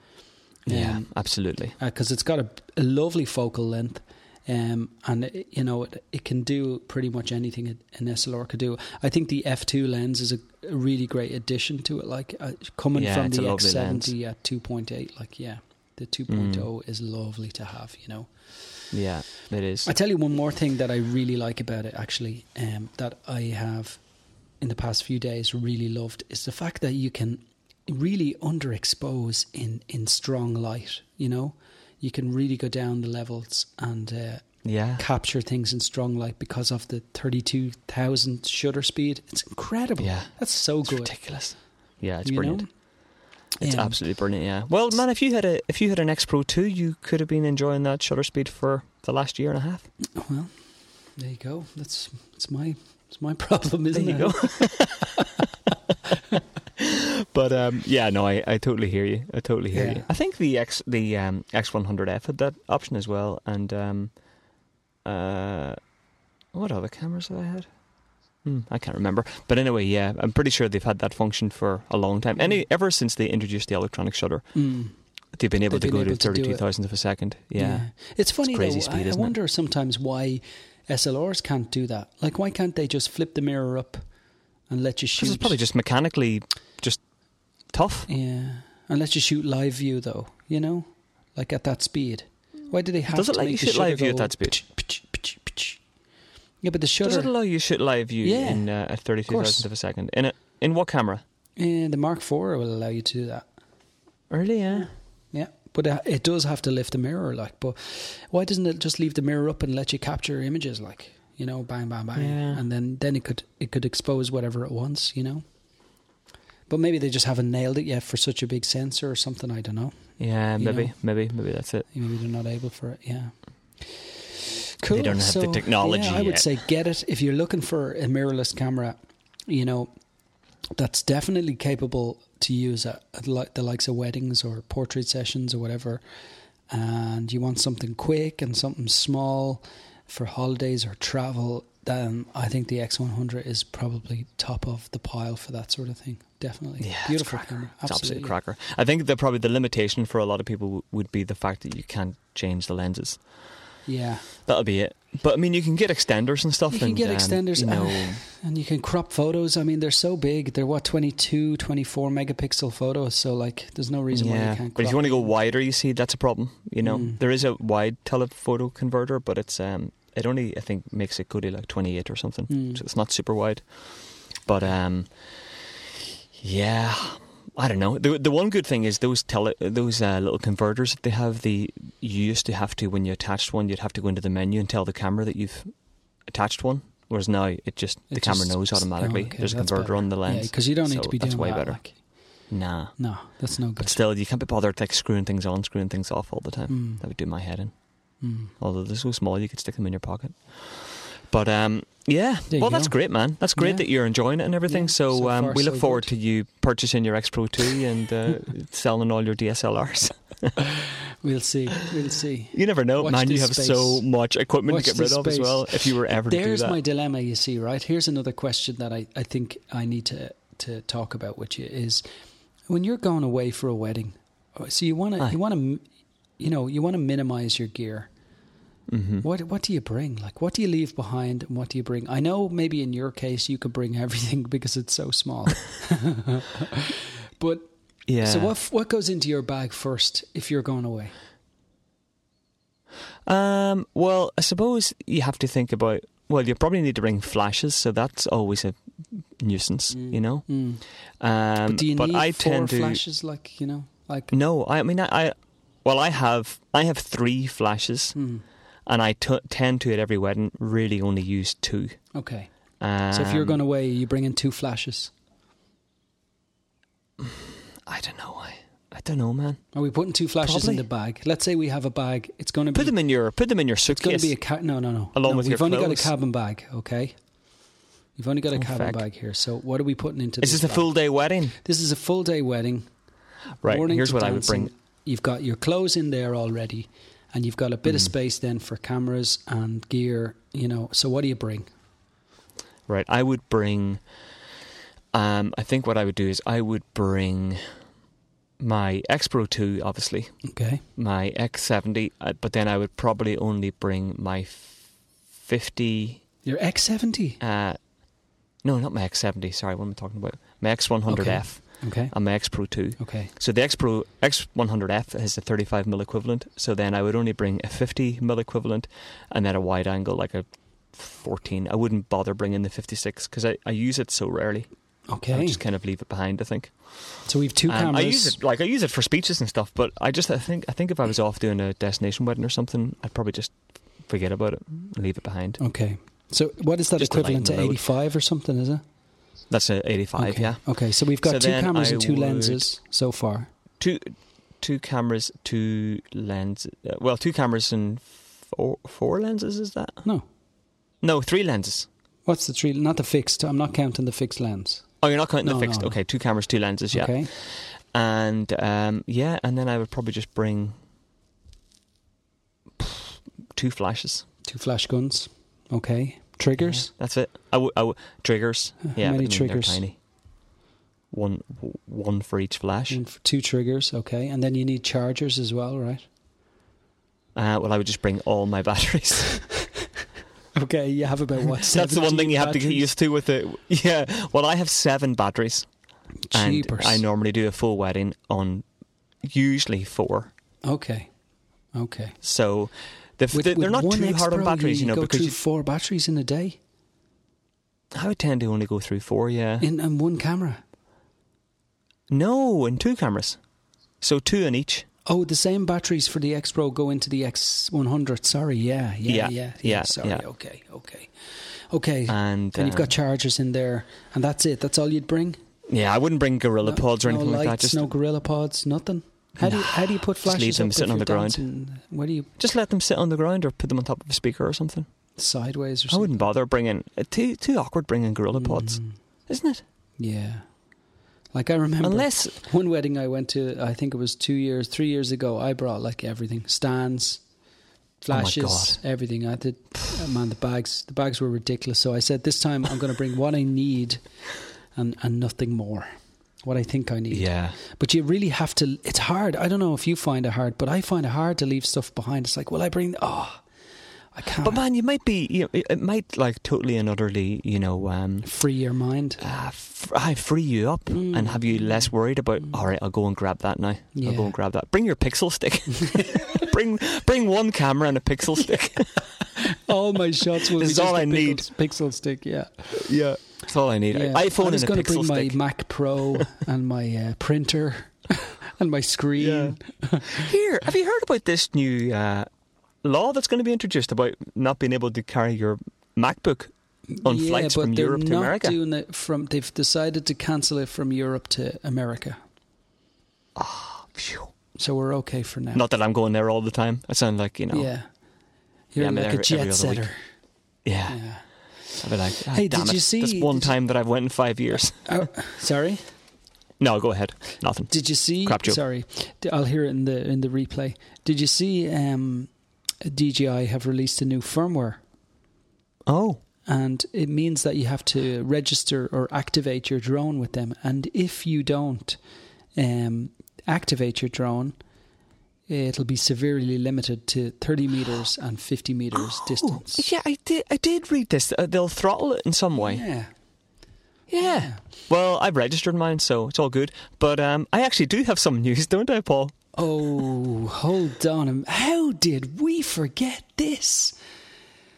Speaker 1: yeah,
Speaker 2: Um,
Speaker 1: absolutely.
Speaker 2: because it's got a, a lovely focal length. Um, and it, you know it, it can do pretty much anything an an SLR could do. I think the f2 lens is a, a really great addition to it. Like uh, coming
Speaker 1: Yeah,
Speaker 2: from
Speaker 1: it's
Speaker 2: the
Speaker 1: a lovely
Speaker 2: X70 at 2.8, like yeah, The 2.0
Speaker 1: Mm.
Speaker 2: is lovely to have, you know.
Speaker 1: Yeah, it is.
Speaker 2: I tell you one more thing that I really like about it, actually, um, that I have in the past few days really loved is the fact that you can really underexpose in in strong light. You know, you can really go down the levels and uh,
Speaker 1: yeah.
Speaker 2: capture things in strong light because of the thirty-two thousand shutter speed. It's incredible.
Speaker 1: Yeah.
Speaker 2: that's so
Speaker 1: It's
Speaker 2: good.
Speaker 1: ridiculous. Yeah, it's
Speaker 2: you
Speaker 1: brilliant.
Speaker 2: know?
Speaker 1: It's
Speaker 2: Um,
Speaker 1: absolutely brilliant. Yeah. Well, man, if you had a if you had an X Pro two, you could have been enjoying that shutter speed for the last year and a half.
Speaker 2: Well, there you go. That's it's my it's my problem, isn't
Speaker 1: there
Speaker 2: it?
Speaker 1: you go. but um, yeah, no, I, I totally hear you. I totally hear
Speaker 2: Yeah.
Speaker 1: you. I think the X the um, X one hundred F had that option as well, and um, uh, what other cameras that I had? Hmm, I can't remember. But anyway, yeah, I'm pretty sure they've had that function for a long time. Any ever since they introduced the electronic shutter,
Speaker 2: Mm.
Speaker 1: they've been able
Speaker 2: They've
Speaker 1: to
Speaker 2: been
Speaker 1: go
Speaker 2: able to do it.
Speaker 1: to thirty-two thousandth of a second. Yeah,
Speaker 2: It's funny
Speaker 1: crazy
Speaker 2: though.
Speaker 1: speed,
Speaker 2: I, I
Speaker 1: isn't it?
Speaker 2: wonder sometimes why SLRs can't do that. Like why can't they just flip the mirror up and let you shoot?
Speaker 1: because it's probably just mechanically just tough.
Speaker 2: yeah, and let you shoot live view though. You know, like at that speed. Why do they have
Speaker 1: Does it
Speaker 2: to
Speaker 1: let
Speaker 2: make
Speaker 1: you
Speaker 2: the
Speaker 1: shoot
Speaker 2: shutter
Speaker 1: live view at
Speaker 2: go
Speaker 1: that speed?
Speaker 2: pch, pch, pch? Yeah, but the
Speaker 1: Does it
Speaker 2: shutter
Speaker 1: allow you shoot live view
Speaker 2: Yeah.
Speaker 1: in uh, at thirty two
Speaker 2: course.
Speaker 1: thousandth of a second? In a, in what camera?
Speaker 2: eh, the Mark IV will allow you to do that.
Speaker 1: Really? Yeah.
Speaker 2: Yeah, but it, it does have to lift the mirror. Like, but why doesn't it just leave the mirror up and let you capture images? Like, you know, bang, bang, bang,
Speaker 1: Yeah.
Speaker 2: and then then it could it could expose whatever it wants. You know. But maybe they just haven't nailed it yet for such a big sensor or something. I don't know.
Speaker 1: Yeah.
Speaker 2: You
Speaker 1: Maybe.
Speaker 2: know.
Speaker 1: Maybe. Maybe that's it.
Speaker 2: Maybe they're not able for it. Yeah. Cool.
Speaker 1: don't have the
Speaker 2: So,
Speaker 1: technology
Speaker 2: Yeah, I would
Speaker 1: yet.
Speaker 2: say get it if you're looking for a mirrorless camera. You know, that's definitely capable to use at, at li- the likes of weddings or portrait sessions or whatever. And you want something quick and something small for holidays or travel. Then I think the X100 is probably top of the pile for that sort of thing. Definitely,
Speaker 1: Yeah, it's
Speaker 2: beautiful
Speaker 1: cracker.
Speaker 2: camera.
Speaker 1: It's absolute
Speaker 2: Absolutely,
Speaker 1: cracker. I think that probably the limitation for a lot of people w- would be the fact that you can't change the lenses.
Speaker 2: yeah.
Speaker 1: That'll be it. But I mean, you can get extenders and stuff.
Speaker 2: You can
Speaker 1: and,
Speaker 2: get
Speaker 1: um,
Speaker 2: extenders
Speaker 1: You know,
Speaker 2: And you can crop photos. I mean, they're so big. They're what 22, 24 megapixel photos. So like, there's no reason why
Speaker 1: yeah.
Speaker 2: you can't. Crop.
Speaker 1: but if you want to go wider, you see that's a problem. You know,
Speaker 2: Mm.
Speaker 1: there is a wide telephoto converter, but it's um, it only I think makes it go to like twenty eight or something.
Speaker 2: Mm.
Speaker 1: so it's not super wide. But um, yeah, I don't know. The the one good thing is those tele those uh, little converters that they have. The you used to have to when you attached one, you'd have to go into the menu and tell the camera that you've attached one. Whereas now it just the
Speaker 2: It
Speaker 1: camera
Speaker 2: just-
Speaker 1: knows automatically.
Speaker 2: oh, okay,
Speaker 1: There's a
Speaker 2: that's
Speaker 1: converter
Speaker 2: better.
Speaker 1: on the
Speaker 2: yeah,
Speaker 1: lens.
Speaker 2: because you don't need
Speaker 1: so
Speaker 2: to be doing
Speaker 1: that's way
Speaker 2: that,
Speaker 1: better.
Speaker 2: like.
Speaker 1: Nah,
Speaker 2: no, that's no good.
Speaker 1: but still you can't be bothered like screwing things on, screwing things off all the time.
Speaker 2: Mm,
Speaker 1: That would do my head in.
Speaker 2: mm.
Speaker 1: Although they're so small, you could stick them in your pocket. But um, yeah,
Speaker 2: There you
Speaker 1: well, that's
Speaker 2: go.
Speaker 1: great, man. That's great
Speaker 2: Yeah.
Speaker 1: that you're enjoying it and everything.
Speaker 2: Yeah,
Speaker 1: So,
Speaker 2: so
Speaker 1: um,
Speaker 2: far,
Speaker 1: we look
Speaker 2: so
Speaker 1: forward
Speaker 2: good.
Speaker 1: to you purchasing your X Pro 2 and uh, selling all your DSLRs.
Speaker 2: We'll see. We'll see.
Speaker 1: You never know,
Speaker 2: Watch
Speaker 1: man. You
Speaker 2: this
Speaker 1: have
Speaker 2: space.
Speaker 1: so much equipment
Speaker 2: Watch
Speaker 1: to get rid
Speaker 2: this
Speaker 1: of as
Speaker 2: space.
Speaker 1: well. If you were ever
Speaker 2: There's
Speaker 1: to do
Speaker 2: my
Speaker 1: that,
Speaker 2: dilemma. You see, right? Here's another question that I, I think I need to to talk about with you is when you're going away for a wedding. So you want to
Speaker 1: Aye.
Speaker 2: you want to you know you want to minimize your gear.
Speaker 1: hmm
Speaker 2: What what do you bring? Like what do you leave behind and what do you bring? I know maybe in your case you could bring everything because it's so small. but
Speaker 1: yeah.
Speaker 2: so what what goes into your bag first if you're going away?
Speaker 1: Um, well, I suppose you have to think about. Well, you probably need to bring flashes, so that's always a nuisance, you know.
Speaker 2: Mm.
Speaker 1: Um,
Speaker 2: But do you need
Speaker 1: I
Speaker 2: four
Speaker 1: tend to Mm.
Speaker 2: flashes like, you know, like
Speaker 1: no. I mean, I, I well, I have I have three flashes.
Speaker 2: mm,
Speaker 1: and I t- tend to at every wedding really only use two.
Speaker 2: okay.
Speaker 1: Um,
Speaker 2: So if you're going away, you bring in two flashes.
Speaker 1: I don't know. I, I don't know, man.
Speaker 2: Are we putting two flashes
Speaker 1: Probably.
Speaker 2: in the bag? Let's say we have a bag. It's going to be
Speaker 1: Put them in your put them in your
Speaker 2: It's going
Speaker 1: suitcase.
Speaker 2: to be a ca- no, no, no.
Speaker 1: Along
Speaker 2: no,
Speaker 1: with
Speaker 2: we've
Speaker 1: your
Speaker 2: only
Speaker 1: clothes.
Speaker 2: got a cabin bag, okay? We've only got a
Speaker 1: Oh,
Speaker 2: cabin
Speaker 1: fuck.
Speaker 2: bag here. So what are we putting into
Speaker 1: Is
Speaker 2: this?
Speaker 1: this a
Speaker 2: bag?
Speaker 1: full day wedding?
Speaker 2: This is a full day wedding.
Speaker 1: Right.
Speaker 2: morning
Speaker 1: here's
Speaker 2: to
Speaker 1: what I would
Speaker 2: dancing.
Speaker 1: bring.
Speaker 2: You've got your clothes in there already, and you've got a
Speaker 1: Mm.
Speaker 2: bit of space then for cameras and gear. You know, so what do you bring?
Speaker 1: Right. I would bring. Um, I think what I would do is I would bring my X Pro two, obviously
Speaker 2: Okay,
Speaker 1: my X seventy, uh, but then I would probably only bring my f- fifty.
Speaker 2: your X seventy.
Speaker 1: Uh, no, not my X seventy. Sorry, what am I talking about? My X one hundred F.
Speaker 2: Okay.
Speaker 1: and my X Pro 2.
Speaker 2: Okay.
Speaker 1: So the X Pro X100F is a 35 mil equivalent. So then I would only bring a 50 mil equivalent, and then a wide angle like a 14. I wouldn't bother bringing the 56 because I, I use it so rarely. I
Speaker 2: Okay.
Speaker 1: just kind of leave it behind. I think.
Speaker 2: So we've two
Speaker 1: Um,
Speaker 2: cameras.
Speaker 1: I use it like I use it for speeches and stuff, but I just I think I think if I was off doing a destination wedding or something, I'd probably just forget about it, and leave it behind.
Speaker 2: Okay. So what is that
Speaker 1: Just to
Speaker 2: equivalent to
Speaker 1: lighten the load.
Speaker 2: 85 or something, is it?
Speaker 1: That's a 85.
Speaker 2: okay.
Speaker 1: Yeah,
Speaker 2: Okay. So we've
Speaker 1: So
Speaker 2: got two
Speaker 1: then
Speaker 2: cameras
Speaker 1: I
Speaker 2: and two
Speaker 1: would-
Speaker 2: lenses so far.
Speaker 1: two two cameras, two lens. Uh, well, two cameras and four four lenses. Is that
Speaker 2: No.
Speaker 1: no three lenses?
Speaker 2: What's the three? Not the fixed. I'm not counting the fixed lens.
Speaker 1: Oh, you're not counting
Speaker 2: No,
Speaker 1: the fixed.
Speaker 2: no, no.
Speaker 1: Okay, two cameras, two lenses. Yeah,
Speaker 2: Okay.
Speaker 1: and um, yeah, and then I would probably just bring two flashes.
Speaker 2: Two flash guns. Okay. Triggers.
Speaker 1: Yeah, that's it. I w- I w- triggers.
Speaker 2: How many
Speaker 1: Yeah, but I mean,
Speaker 2: triggers?
Speaker 1: They're tiny. One w- one for each flash.
Speaker 2: And f- Two triggers. Okay. And then you need chargers as well, right?
Speaker 1: Uh, well, I would just bring all my batteries.
Speaker 2: Okay. You have about what?
Speaker 1: that's the one
Speaker 2: 17
Speaker 1: thing you have to get
Speaker 2: batteries?
Speaker 1: used to with it. Yeah. Well, I have seven batteries,
Speaker 2: Jeepers.
Speaker 1: and I normally do a full wedding on usually four.
Speaker 2: Okay. Okay.
Speaker 1: So. The, f
Speaker 2: With-
Speaker 1: they're
Speaker 2: with
Speaker 1: not
Speaker 2: one
Speaker 1: too hard
Speaker 2: X-Pro,
Speaker 1: on batteries, you, know,
Speaker 2: go
Speaker 1: because
Speaker 2: through
Speaker 1: you-
Speaker 2: four batteries in a day
Speaker 1: I would tend to only go through four, yeah.
Speaker 2: in, in one camera.
Speaker 1: no, and two cameras. So two in each.
Speaker 2: Oh, the same batteries for the X Pro go into the X one hundred. Sorry, yeah, yeah, yeah,
Speaker 1: Yeah,
Speaker 2: yeah.
Speaker 1: yeah,
Speaker 2: sorry,
Speaker 1: yeah.
Speaker 2: okay, okay, okay.
Speaker 1: And
Speaker 2: then you've
Speaker 1: um,
Speaker 2: got chargers in there, and that's it. That's all you'd bring.
Speaker 1: uh, yeah, I wouldn't bring gorilla pods or
Speaker 2: no
Speaker 1: anything
Speaker 2: lights,
Speaker 1: like that. Just
Speaker 2: no gorilla pods, nothing. How do you, how do you put
Speaker 1: leave
Speaker 2: flashes
Speaker 1: them
Speaker 2: up if
Speaker 1: sitting on
Speaker 2: you're
Speaker 1: the ground.
Speaker 2: dancing? Where do you
Speaker 1: just let them sit on the ground or put them on top of a speaker or something.
Speaker 2: sideways or
Speaker 1: I
Speaker 2: something?
Speaker 1: wouldn't bother bringing uh, too too awkward bringing
Speaker 2: Mm.
Speaker 1: gorilla pods, isn't it?
Speaker 2: Yeah, like I remember.
Speaker 1: Unless
Speaker 2: One wedding I went to, I think it was two years, three years ago. I brought like everything: stands,
Speaker 1: Oh my
Speaker 2: flashes, everything. I did. oh, man, the bags, the bags were ridiculous. So I said, this time I'm going to bring what I need, and and nothing more. What I think I need.
Speaker 1: yeah,
Speaker 2: But you really have to. It's hard. I don't know if you find it hard, but I find it hard to leave stuff behind. It's like, well, I bring. Oh, I can't.
Speaker 1: but man, you might be you know, it it might like totally and utterly you know um
Speaker 2: free your mind.
Speaker 1: uh, f- I free you up
Speaker 2: Mm.
Speaker 1: and have you less worried about. All right, I'll go and grab that now. I'll
Speaker 2: Yeah.
Speaker 1: go and grab that. Bring your pixel stick. bring bring one camera and a pixel stick.
Speaker 2: All my shots will
Speaker 1: This
Speaker 2: be
Speaker 1: is
Speaker 2: just
Speaker 1: all
Speaker 2: a
Speaker 1: I
Speaker 2: pixel-
Speaker 1: need.
Speaker 2: Pixel stick. Yeah.
Speaker 1: yeah, that's all I need.
Speaker 2: Yeah.
Speaker 1: iPhone
Speaker 2: I'm
Speaker 1: and
Speaker 2: just
Speaker 1: a
Speaker 2: gonna
Speaker 1: pixel
Speaker 2: bring
Speaker 1: stick.
Speaker 2: my Mac Pro and my uh, printer and my screen.
Speaker 1: Here, have you heard about this new uh, law that's going to be introduced about not being able to carry your MacBook on
Speaker 2: Yeah,
Speaker 1: flights
Speaker 2: but
Speaker 1: from
Speaker 2: they're
Speaker 1: Europe to
Speaker 2: not
Speaker 1: America?
Speaker 2: doing it from. They've decided to cancel it from Europe to America,
Speaker 1: Phew.
Speaker 2: so we're okay for now.
Speaker 1: Not that I'm going there all the time. I sound like you know. Yeah,
Speaker 2: Yeah, you're
Speaker 1: Yeah, I mean,
Speaker 2: like a
Speaker 1: every-
Speaker 2: jet
Speaker 1: every other week.
Speaker 2: setter. Yeah.
Speaker 1: I'd be like, ah,
Speaker 2: Hey,
Speaker 1: damn
Speaker 2: did
Speaker 1: it.
Speaker 2: you see-
Speaker 1: This one
Speaker 2: did you-
Speaker 1: time that I've went in five years.
Speaker 2: Oh, sorry.
Speaker 1: No, go ahead. Nothing.
Speaker 2: Did you see?
Speaker 1: Crap joke.
Speaker 2: Sorry, D- I'll hear it in the in the replay. Did you see? Um, DJI have released a new firmware,
Speaker 1: Oh,
Speaker 2: and it means that you have to register or activate your drone with them. And if you don't um, activate your drone, it'll be severely limited to thirty meters and fifty meters
Speaker 1: Oh,
Speaker 2: distance.
Speaker 1: yeah. I did. I did read this. Uh, they'll throttle it in some way.
Speaker 2: Yeah.
Speaker 1: Yeah. Well, I've registered mine, so it's all good. But um, I actually do have some news, don't I, Paul?
Speaker 2: Oh, hold on. a m- How did we forget this?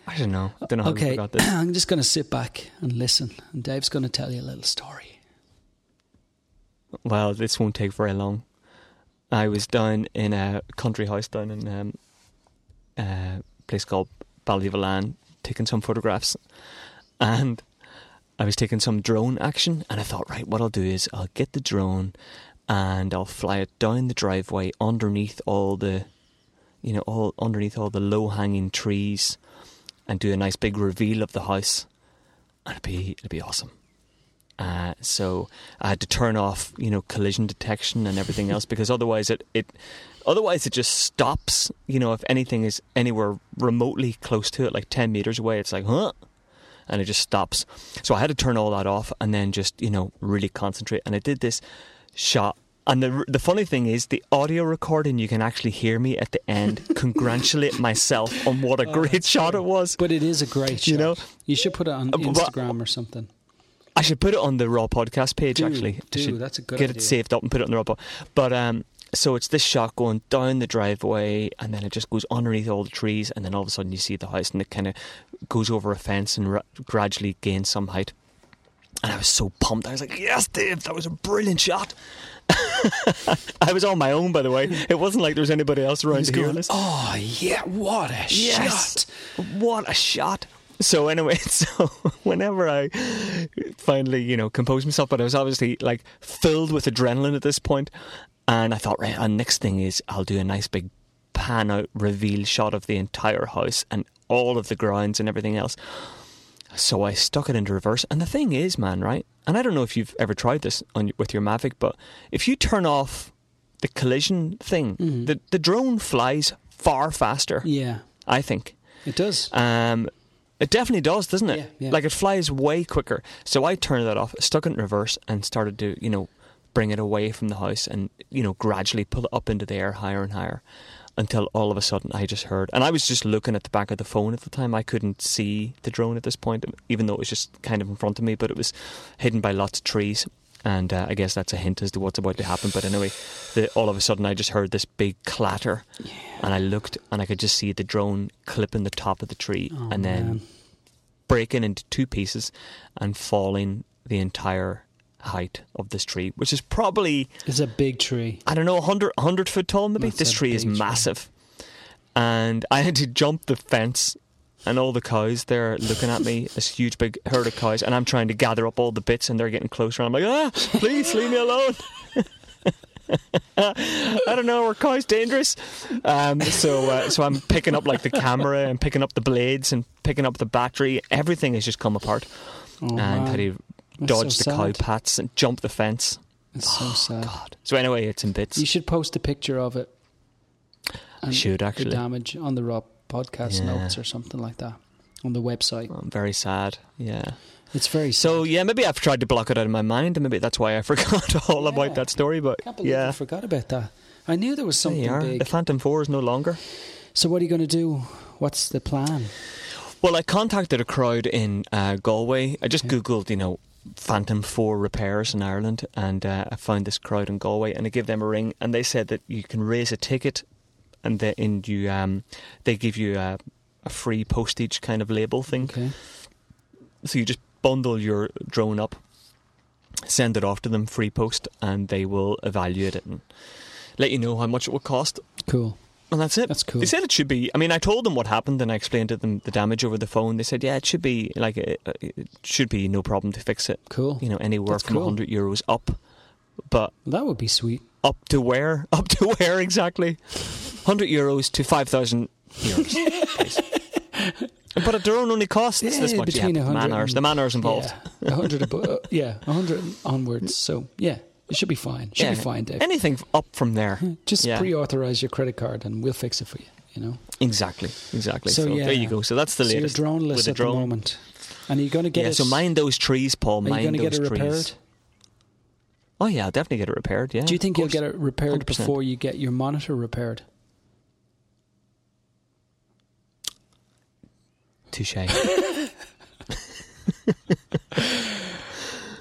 Speaker 1: I don't know. I don't know how we
Speaker 2: okay,
Speaker 1: forgot this.
Speaker 2: I'm just going to sit back and listen, and Dave's going to tell you a little story.
Speaker 1: Well, this won't take very long. I was down in a country house down in um, a place called Ballyvalan taking some photographs and I was taking some drone action and I thought, right, what I'll do is I'll get the drone and I'll fly it down the driveway underneath all the you know, all underneath all the low hanging trees and do a nice big reveal of the house and it'd be it'd be awesome. Uh, so I had to turn off, you know, collision detection and everything else because otherwise it, it otherwise it just stops. You know, if anything is anywhere remotely close to it, like ten meters away, it's like huh, and it just stops. So I had to turn all that off and then just you know really concentrate. And I did this shot. And the the funny thing is, the audio recording you can actually hear me at the end congratulate myself on what a great shot it was.
Speaker 2: But it is a great show.
Speaker 1: You know-
Speaker 2: you should put it on
Speaker 1: Uh, but-
Speaker 2: Instagram or something.
Speaker 1: I should put it on the Raw podcast page.
Speaker 2: Do,
Speaker 1: actually, I
Speaker 2: do,
Speaker 1: should
Speaker 2: that's a good
Speaker 1: get
Speaker 2: idea.
Speaker 1: it saved up and put it on the Raw. pod- But um, so it's this shot going down the driveway, and then it just goes underneath all the trees, and then all of a sudden you see the house, and it kind of goes over a fence and ra- gradually gains some height. And I was so pumped. I was like, "Yes, Dave, that was a brilliant shot." I was on my own, by the way. It wasn't like there was anybody else around
Speaker 2: You're-
Speaker 1: hearing this.
Speaker 2: oh yeah, what a
Speaker 1: Yes.
Speaker 2: shot!
Speaker 1: What a shot. So anyway, so whenever I finally, you know, composed myself, but I was obviously like filled with adrenaline at this point, and I thought, right, and next thing is I'll do a nice big pan out reveal shot of the entire house and all of the grounds and everything else. So I stuck it into reverse, and the thing is, man, right? And I don't know if you've ever tried this on with your Mavic, but if you turn off the collision thing, the the drone flies far faster.
Speaker 2: Yeah,
Speaker 1: I think.
Speaker 2: it does.
Speaker 1: Um, it definitely does, doesn't it?
Speaker 2: Yeah, yeah.
Speaker 1: Like it flies way quicker. So I turned that off, stuck it in reverse, and started to, you know, bring it away from the house and, you know, gradually pull it up into the air higher and higher until all of a sudden I just heard. And I was just looking at the back of the phone at the time. I couldn't see the drone at this point, even though it was just kind of in front of me, but it was hidden by lots of trees. And uh, I guess that's a hint as to what's about to happen. But anyway, the, all of a sudden I just heard this big clatter. And I looked and I could just see the drone clipping the top of the tree
Speaker 2: Oh,
Speaker 1: and then
Speaker 2: man.
Speaker 1: breaking into two pieces and falling the entire height of this tree, which is probably,
Speaker 2: it's a big tree.
Speaker 1: I don't know, 100, 100 foot tall maybe.
Speaker 2: That's
Speaker 1: this
Speaker 2: a
Speaker 1: tree is
Speaker 2: big tree.
Speaker 1: massive. And I had to jump the fence. And all the cows, they're looking at me, this huge big herd of cows, and I'm trying to gather up all the bits, and they're getting closer. And I'm like, ah, please leave me alone. I don't know, are cows dangerous? Um, so, uh, so I'm picking up like the camera and picking up the blades and picking up the battery. Everything has just come apart
Speaker 2: Oh,
Speaker 1: and
Speaker 2: wow.
Speaker 1: had to
Speaker 2: That's
Speaker 1: dodge
Speaker 2: so
Speaker 1: the cow
Speaker 2: sad.
Speaker 1: pats and jump the fence.
Speaker 2: It's so sad.
Speaker 1: God. So anyway, it's in bits.
Speaker 2: You should post a picture of it.
Speaker 1: I
Speaker 2: and
Speaker 1: should
Speaker 2: The
Speaker 1: actually.
Speaker 2: damage on the raw podcast
Speaker 1: Yeah.
Speaker 2: notes or something like that on the website.
Speaker 1: I'm Um, very sad. Yeah.
Speaker 2: It's very so.
Speaker 1: So yeah, maybe I've tried to block it out of my mind, and maybe that's why I forgot all
Speaker 2: Yeah.
Speaker 1: about that story. But
Speaker 2: I can't believe I
Speaker 1: yeah,
Speaker 2: forgot about that. I knew there was
Speaker 1: there
Speaker 2: something
Speaker 1: you are. The
Speaker 2: big.
Speaker 1: Phantom Four is no longer.
Speaker 2: So what are you going to do? What's the plan?
Speaker 1: Well, I contacted a crowd in uh, Galway. I just
Speaker 2: Yeah.
Speaker 1: googled, you know, Phantom Four repairs in Ireland, and uh, I found this crowd in Galway, and I gave them a ring, and they said that you can raise a ticket, and they and you um, they give you a, a free postage kind of label thing.
Speaker 2: Okay.
Speaker 1: So you just bundle your drone up, send it off to them free post, and they will evaluate it and let you know how much it will cost.
Speaker 2: Cool.
Speaker 1: And that's it.
Speaker 2: That's cool.
Speaker 1: They said it should be. I mean, I told them what happened and I explained to them the damage over the phone. They said, yeah, it should be like it, uh, it should be no problem to fix it.
Speaker 2: Cool.
Speaker 1: You know, anywhere
Speaker 2: That's
Speaker 1: from a
Speaker 2: cool.
Speaker 1: 100 euros up, but
Speaker 2: That would be sweet.
Speaker 1: up to where? Up to where exactly? 100 euros to 5,000 euros. please. but a drone only costs
Speaker 2: Yeah,
Speaker 1: this much.
Speaker 2: between
Speaker 1: yeah, but
Speaker 2: 100
Speaker 1: the man hours.
Speaker 2: and-
Speaker 1: The man hours involved.
Speaker 2: Yeah, a hundred. abo- uh, yeah, a hundred onwards. So yeah, it should be fine. Should be
Speaker 1: Yeah.
Speaker 2: fine, Dave. Hmm.
Speaker 1: Anything up from there.
Speaker 2: Just
Speaker 1: Yeah.
Speaker 2: pre-authorize your credit card, and we'll fix it for you. You know.
Speaker 1: Exactly. Exactly.
Speaker 2: So,
Speaker 1: So,
Speaker 2: yeah.
Speaker 1: there you go. So that's the
Speaker 2: so you're
Speaker 1: latest.
Speaker 2: droneless
Speaker 1: with a
Speaker 2: at the
Speaker 1: drone.
Speaker 2: moment, and are you going to get
Speaker 1: yeah,
Speaker 2: it?
Speaker 1: so mind those trees, Paul.
Speaker 2: are you
Speaker 1: Mind
Speaker 2: going to
Speaker 1: those
Speaker 2: get it
Speaker 1: trees.
Speaker 2: repaired?
Speaker 1: Oh yeah, I'll definitely get it repaired. Yeah.
Speaker 2: Do you think
Speaker 1: of
Speaker 2: you'll
Speaker 1: course.
Speaker 2: get it repaired
Speaker 1: 100%.
Speaker 2: before you get your monitor repaired?
Speaker 1: Touche.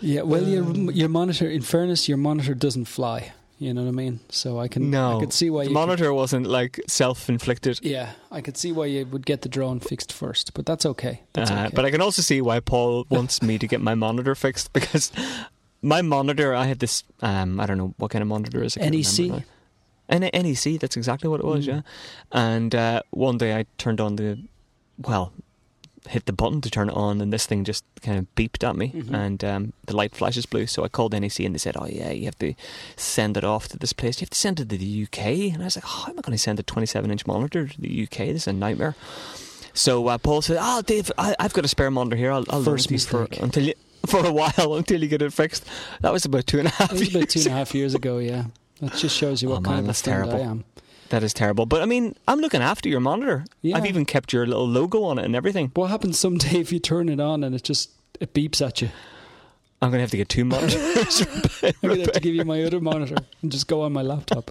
Speaker 2: Yeah. Well,
Speaker 1: um,
Speaker 2: your your monitor. In fairness, your monitor doesn't fly. You know what I mean? So I can.
Speaker 1: no,
Speaker 2: I could see why
Speaker 1: the
Speaker 2: you. could-
Speaker 1: monitor wasn't like self-inflicted.
Speaker 2: yeah, I could see why you would get the drone fixed first, but that's okay. That's
Speaker 1: Uh,
Speaker 2: okay.
Speaker 1: But I can also see why Paul wants me to get my monitor fixed because my monitor, I had this, um, I don't know what kind of monitor is it.
Speaker 2: NEC.
Speaker 1: N- NEC, that's exactly what it was,
Speaker 2: Mm.
Speaker 1: yeah. And uh, one day I turned on the, well, hit the button to turn it on, and this thing just kind of beeped at me,
Speaker 2: Mhm.
Speaker 1: and um, the light flashes blue. So I called NEC, and they said, "Oh yeah, you have to send it off to this place. You have to send it to the UK." And I was like, "How am I going to send a 27-inch monitor to the UK? This is a nightmare." So uh, Paul said, "Oh, Dave, I, I've got a spare monitor here. I'll, I'll loan
Speaker 2: First
Speaker 1: it to you for
Speaker 2: mistake.
Speaker 1: until you." For a while until you get it fixed. That was about two and a half
Speaker 2: It was
Speaker 1: years
Speaker 2: about two and a half years ago, yeah. That just shows you
Speaker 1: Oh,
Speaker 2: what
Speaker 1: man,
Speaker 2: kind of
Speaker 1: that's
Speaker 2: friend I
Speaker 1: terrible.
Speaker 2: am.
Speaker 1: That is terrible. But I mean, I'm looking after your monitor.
Speaker 2: Yeah.
Speaker 1: I've even kept your little logo on it and everything.
Speaker 2: What happens someday if you turn it on and it just it beeps at you?
Speaker 1: I'm going to have to get two monitors.
Speaker 2: I'm gonna have to give you my other monitor and just go on my laptop.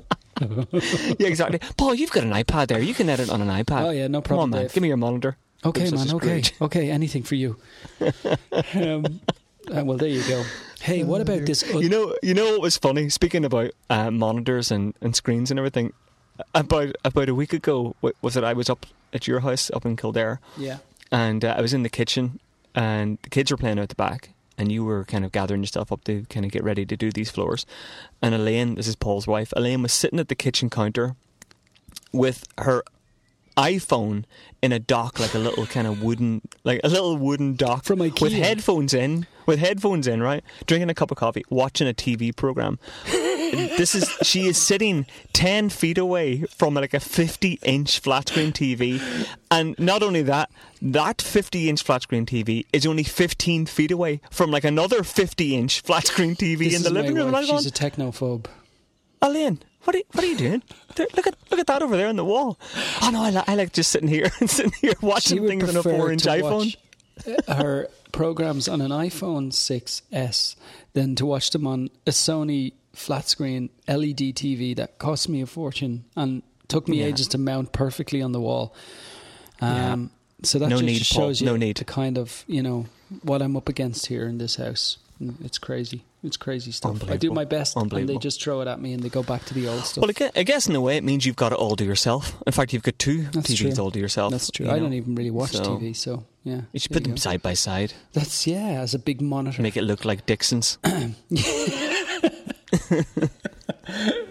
Speaker 1: yeah, exactly. Paul, you've got an iPad there. You can edit on an iPad.
Speaker 2: Oh yeah, no
Speaker 1: Ah, Come on,
Speaker 2: problem,
Speaker 1: man.
Speaker 2: Dave.
Speaker 1: Give me your monitor.
Speaker 2: okay,
Speaker 1: This is
Speaker 2: man. Okay,
Speaker 1: great.
Speaker 2: okay. Anything for you. Um, Uh, well, there you go. Hey, what about this?
Speaker 1: Uh, You know, you know what was funny? Speaking about uh, monitors and, and screens and everything, about about a week ago wa- was it? I was up at your house up in Kildare,
Speaker 2: yeah.
Speaker 1: and uh, I was in the kitchen, and the kids were playing out the back, and you were kind of gathering yourself up to kind of get ready to do these floors. And Elaine, this is Paul's wife, Elaine was sitting at the kitchen counter with her iPhone in a dock, like a little kind of wooden, like a little wooden dock
Speaker 2: From IKEA.
Speaker 1: with headphones in, with headphones in, right? Drinking a cup of coffee, watching a TV program. this is she is sitting 10 feet away from like a 50 inch flat screen TV and not only that that 50 inch flat screen TV is only 15 feet away from like another 50 inch flat screen TV
Speaker 2: This
Speaker 1: in the
Speaker 2: is my
Speaker 1: living room and
Speaker 2: wife.
Speaker 1: I'm going,
Speaker 2: She's a technophobe.
Speaker 1: Elaine what are, you, what are you doing? There, look at look at that over there on the wall. Oh no, I, li- I like just sitting here and sitting here
Speaker 2: She
Speaker 1: watching
Speaker 2: would
Speaker 1: things on a
Speaker 2: prefer
Speaker 1: four inch
Speaker 2: to
Speaker 1: iPhone.
Speaker 2: watch, uh, her programs on an iPhone 6s than to watch them on a Sony flat screen E LED TV that cost me a fortune and took me
Speaker 1: Yeah.
Speaker 2: ages to mount perfectly on the wall. Um, So that
Speaker 1: No
Speaker 2: just
Speaker 1: need,
Speaker 2: just
Speaker 1: Paul.
Speaker 2: shows you
Speaker 1: No need.
Speaker 2: the kind of you know what I'm up against here in this house. Mm, It's crazy. It's crazy stuff. I do
Speaker 1: Unbelievable.
Speaker 2: my best, and they
Speaker 1: Unbelievable.
Speaker 2: just throw it at me, and they go back to the old stuff.
Speaker 1: Well, I gue- I guess in a way it means you've got it all to yourself. In fact, you've got two
Speaker 2: That's
Speaker 1: TVs
Speaker 2: true.
Speaker 1: all to yourself.
Speaker 2: That's true.
Speaker 1: you
Speaker 2: I
Speaker 1: know?
Speaker 2: don't even really watch
Speaker 1: So-
Speaker 2: TV, so yeah.
Speaker 1: You should
Speaker 2: there
Speaker 1: put
Speaker 2: you
Speaker 1: them
Speaker 2: go.
Speaker 1: side by side,
Speaker 2: That's yeah, as a big monitor.
Speaker 1: make it look like Dixon's.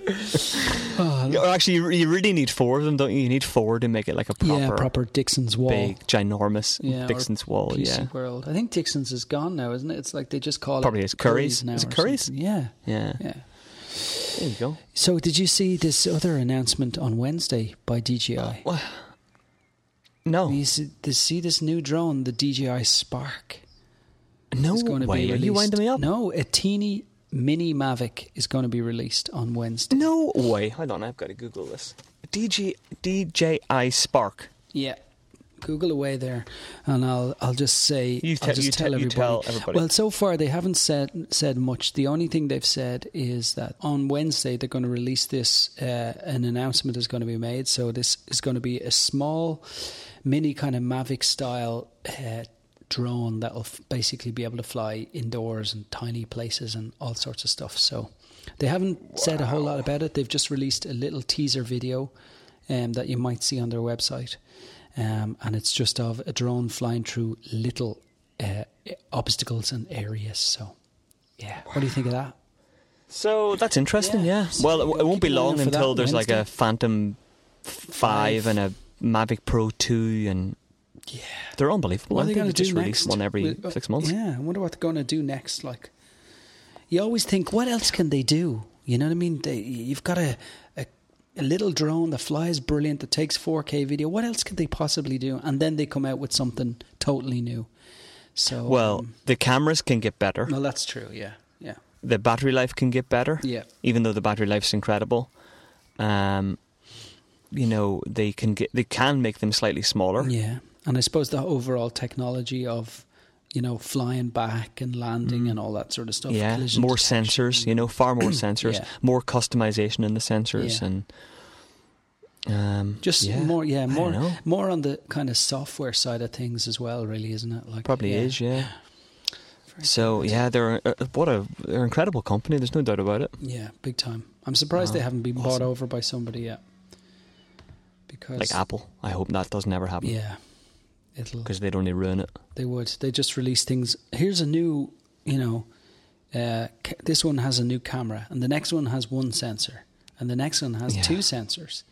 Speaker 2: Oh,
Speaker 1: Or actually, you- you really need four of them, don't you? You need four to make it like a proper,
Speaker 2: yeah, proper Dixon's wall.
Speaker 1: big, ginormous
Speaker 2: Yeah, or
Speaker 1: Dixon's wall.
Speaker 2: PC
Speaker 1: Yeah,
Speaker 2: world. I think Dixon's is gone now, isn't it? It's like they just call
Speaker 1: Probably
Speaker 2: it
Speaker 1: is. Curry's.
Speaker 2: now.
Speaker 1: Is it
Speaker 2: or
Speaker 1: Curry's?
Speaker 2: something. Yeah,
Speaker 1: yeah,
Speaker 2: yeah.
Speaker 1: There you go.
Speaker 2: So did you see this other announcement on Wednesday by DJI?
Speaker 1: No, Oh.
Speaker 2: You see, to see this new drone, the DJI Spark,
Speaker 1: no
Speaker 2: is going to
Speaker 1: way.
Speaker 2: be
Speaker 1: Are
Speaker 2: released.
Speaker 1: you winding me up?
Speaker 2: No, a teeny mini Mavic is going to be released on Wednesday.
Speaker 1: No way. Hold on, I've got to Google this. DJ DJI Spark.
Speaker 2: Yeah. Google away there, and I'll I'll just say
Speaker 1: You
Speaker 2: I'll
Speaker 1: te-
Speaker 2: just
Speaker 1: you te-
Speaker 2: tell,
Speaker 1: you
Speaker 2: everybody.
Speaker 1: tell everybody.
Speaker 2: Well, so far they haven't said said much. The only thing they've said is that on Wednesday they're going to release this. Uh, an announcement is going to be made. So this is going to be a small, mini kind of Mavic style uh, drone that will f- basically be able to fly indoors and tiny places and all sorts of stuff. So they haven't said a whole lot about it. They've just released a little teaser video um, that you might see on their website. Um, and it's just of a drone flying through little uh, obstacles and areas. So, yeah. What do you think of that?
Speaker 1: So that's interesting.
Speaker 2: Yeah,
Speaker 1: Yeah.
Speaker 2: so
Speaker 1: Well, it,
Speaker 2: we'll
Speaker 1: it won't be
Speaker 2: keep an eye
Speaker 1: long
Speaker 2: out for
Speaker 1: until
Speaker 2: that
Speaker 1: there's like a
Speaker 2: Wednesday.
Speaker 1: Phantom Five,
Speaker 2: Five.
Speaker 1: and a Mavic Pro Two, and
Speaker 2: Yeah.
Speaker 1: they're unbelievable.
Speaker 2: What are
Speaker 1: I
Speaker 2: they
Speaker 1: think
Speaker 2: going to
Speaker 1: they
Speaker 2: do
Speaker 1: just
Speaker 2: next?
Speaker 1: release one every
Speaker 2: With- uh,
Speaker 1: six months.
Speaker 2: Yeah, I wonder what they're going to do next. Like, you always think, what else can they do? You know what I mean? They, you've got a, a a little drone that flies brilliant, that takes 4K video. What else could they possibly do? And then they come out with something totally new. So,
Speaker 1: Well,
Speaker 2: um,
Speaker 1: the cameras can get better.
Speaker 2: no, that's true. Yeah, yeah,
Speaker 1: The battery life can get better,
Speaker 2: yeah.
Speaker 1: even though the battery life's incredible. Um, you know, they can get they can make them slightly smaller.
Speaker 2: Yeah, and I suppose the overall technology of you know flying back and landing and all that sort of stuff.
Speaker 1: Mm. Yeah,
Speaker 2: collision
Speaker 1: more
Speaker 2: detection.
Speaker 1: sensors, you know, far more sensors,
Speaker 2: Yeah.
Speaker 1: more customization in the sensors,
Speaker 2: Yeah.
Speaker 1: and um,
Speaker 2: Just
Speaker 1: yeah,
Speaker 2: more, yeah,
Speaker 1: I don't
Speaker 2: more,
Speaker 1: know.
Speaker 2: more on the kind of software side of things as well. Really, isn't it? Like
Speaker 1: Probably
Speaker 2: yeah.
Speaker 1: is, yeah.
Speaker 2: Very
Speaker 1: So
Speaker 2: good.
Speaker 1: yeah, they're uh, what a they're an incredible company. There's no doubt about it.
Speaker 2: yeah, big time. I'm surprised
Speaker 1: Wow,
Speaker 2: they haven't been bought
Speaker 1: awesome.
Speaker 2: over by somebody yet. Because
Speaker 1: Like Apple, I hope that doesn't ever happen
Speaker 2: yeah, it'll
Speaker 1: because they'd only ruin it.
Speaker 2: They would. They just release things. Here's a new, you know, uh, ca- this one has a new camera, and the next one has one sensor, and the next one has
Speaker 1: Yeah.
Speaker 2: two sensors,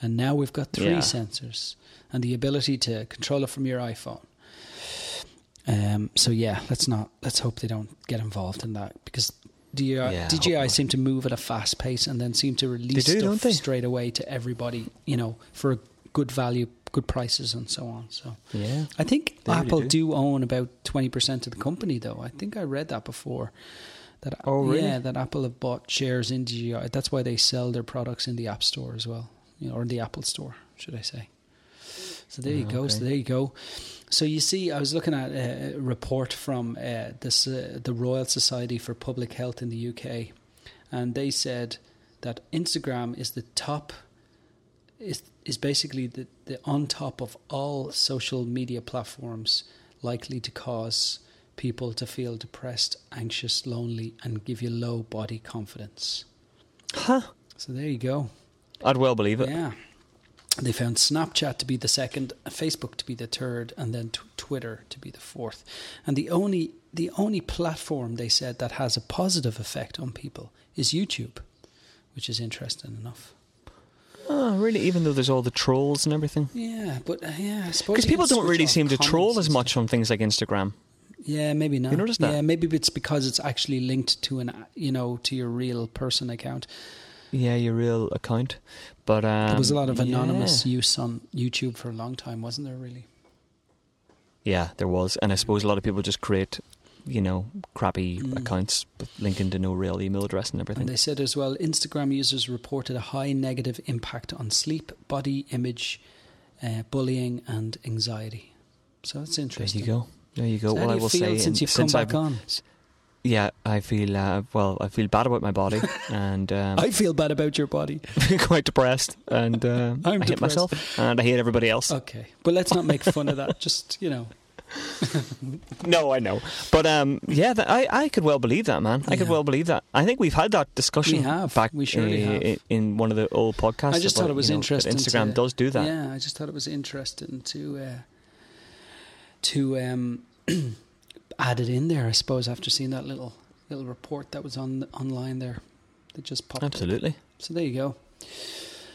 Speaker 2: and now we've got three
Speaker 1: Yeah.
Speaker 2: sensors, and the ability to control it from your iPhone. Um, so yeah, let's not. Let's hope they don't get involved in that because DJI,
Speaker 1: Yeah, I hope
Speaker 2: DJI
Speaker 1: not.
Speaker 2: seem to move at a fast pace and then seem to release
Speaker 1: do,
Speaker 2: stuff
Speaker 1: don't they?
Speaker 2: straight away to everybody. You know, for a good value, good prices, and so on. So
Speaker 1: Yeah,
Speaker 2: I think
Speaker 1: They really
Speaker 2: Apple
Speaker 1: do.
Speaker 2: do. own about twenty percent of the company, though. I think I read that before. That
Speaker 1: Oh, really?
Speaker 2: yeah, that Apple have bought shares in DJI. That's why they sell their products in the App Store as well, you know, or in the Apple Store, should I say? So there you
Speaker 1: Ah,
Speaker 2: go. So
Speaker 1: okay.
Speaker 2: there you go. So you see, I was looking at uh, a a report from uh, this uh, the Royal Society for Public Health in the UK, and they said that Instagram is the top is is basically the, the on top of all social media platforms likely to cause people to feel depressed, anxious, lonely, and give you low body confidence.
Speaker 1: Huh.
Speaker 2: So there you go.
Speaker 1: I'd well believe it.
Speaker 2: Yeah. They found Snapchat to be the second, Facebook to be the third, and then t- Twitter to be the fourth. And the only the only platform they said that has a positive effect on people is YouTube, which is interesting enough.
Speaker 1: Oh, really? Even though there's all the trolls and everything,
Speaker 2: Yeah, but uh, yeah, I suppose
Speaker 1: because
Speaker 2: you
Speaker 1: people
Speaker 2: could
Speaker 1: don't
Speaker 2: switch
Speaker 1: really
Speaker 2: off
Speaker 1: seem to
Speaker 2: comments
Speaker 1: troll
Speaker 2: and
Speaker 1: as
Speaker 2: stuff.
Speaker 1: much on things like Instagram.
Speaker 2: Yeah, maybe not.
Speaker 1: noticed that?
Speaker 2: Yeah, maybe it's because it's actually linked to an a- you know to your real person account.
Speaker 1: Yeah, your real account, but um,
Speaker 2: there was a lot of anonymous
Speaker 1: Yeah.
Speaker 2: use on YouTube for a long time, wasn't there? Really?
Speaker 1: Yeah, there was, and I suppose a lot of people just create, you know, crappy
Speaker 2: Mm.
Speaker 1: accounts with linking to no real email address and everything.
Speaker 2: And they said as well, Instagram users reported a high negative impact on sleep, body image, uh, bullying, and anxiety. So that's
Speaker 1: there
Speaker 2: interesting.
Speaker 1: you go. There you go.
Speaker 2: So
Speaker 1: well,
Speaker 2: how do
Speaker 1: I
Speaker 2: you
Speaker 1: will
Speaker 2: feel
Speaker 1: say,
Speaker 2: since
Speaker 1: and
Speaker 2: you've come
Speaker 1: I've-
Speaker 2: back on?
Speaker 1: yeah, I feel uh, well. I feel bad about my body, and um,
Speaker 2: I feel bad about your body.
Speaker 1: quite depressed and um, I
Speaker 2: I'm
Speaker 1: hate
Speaker 2: depressed. Uh,
Speaker 1: myself and I hate everybody else.
Speaker 2: Okay, but let's not make fun of that. Just you know,
Speaker 1: no, I know. But um, yeah, th I, I could well believe that, man. I could
Speaker 2: Yeah.
Speaker 1: well believe that. I think we've had that discussion
Speaker 2: We have.
Speaker 1: back
Speaker 2: We surely
Speaker 1: uh,
Speaker 2: have.
Speaker 1: in one of the old podcasts.
Speaker 2: I just
Speaker 1: about,
Speaker 2: thought it was
Speaker 1: you know, that
Speaker 2: interesting.
Speaker 1: Instagram
Speaker 2: to-
Speaker 1: does do that.
Speaker 2: Yeah, I just thought it was interesting to uh, to um, add it in there. I suppose after seeing that little little report that was on online there, that just popped. up.
Speaker 1: Absolutely.
Speaker 2: So there you go.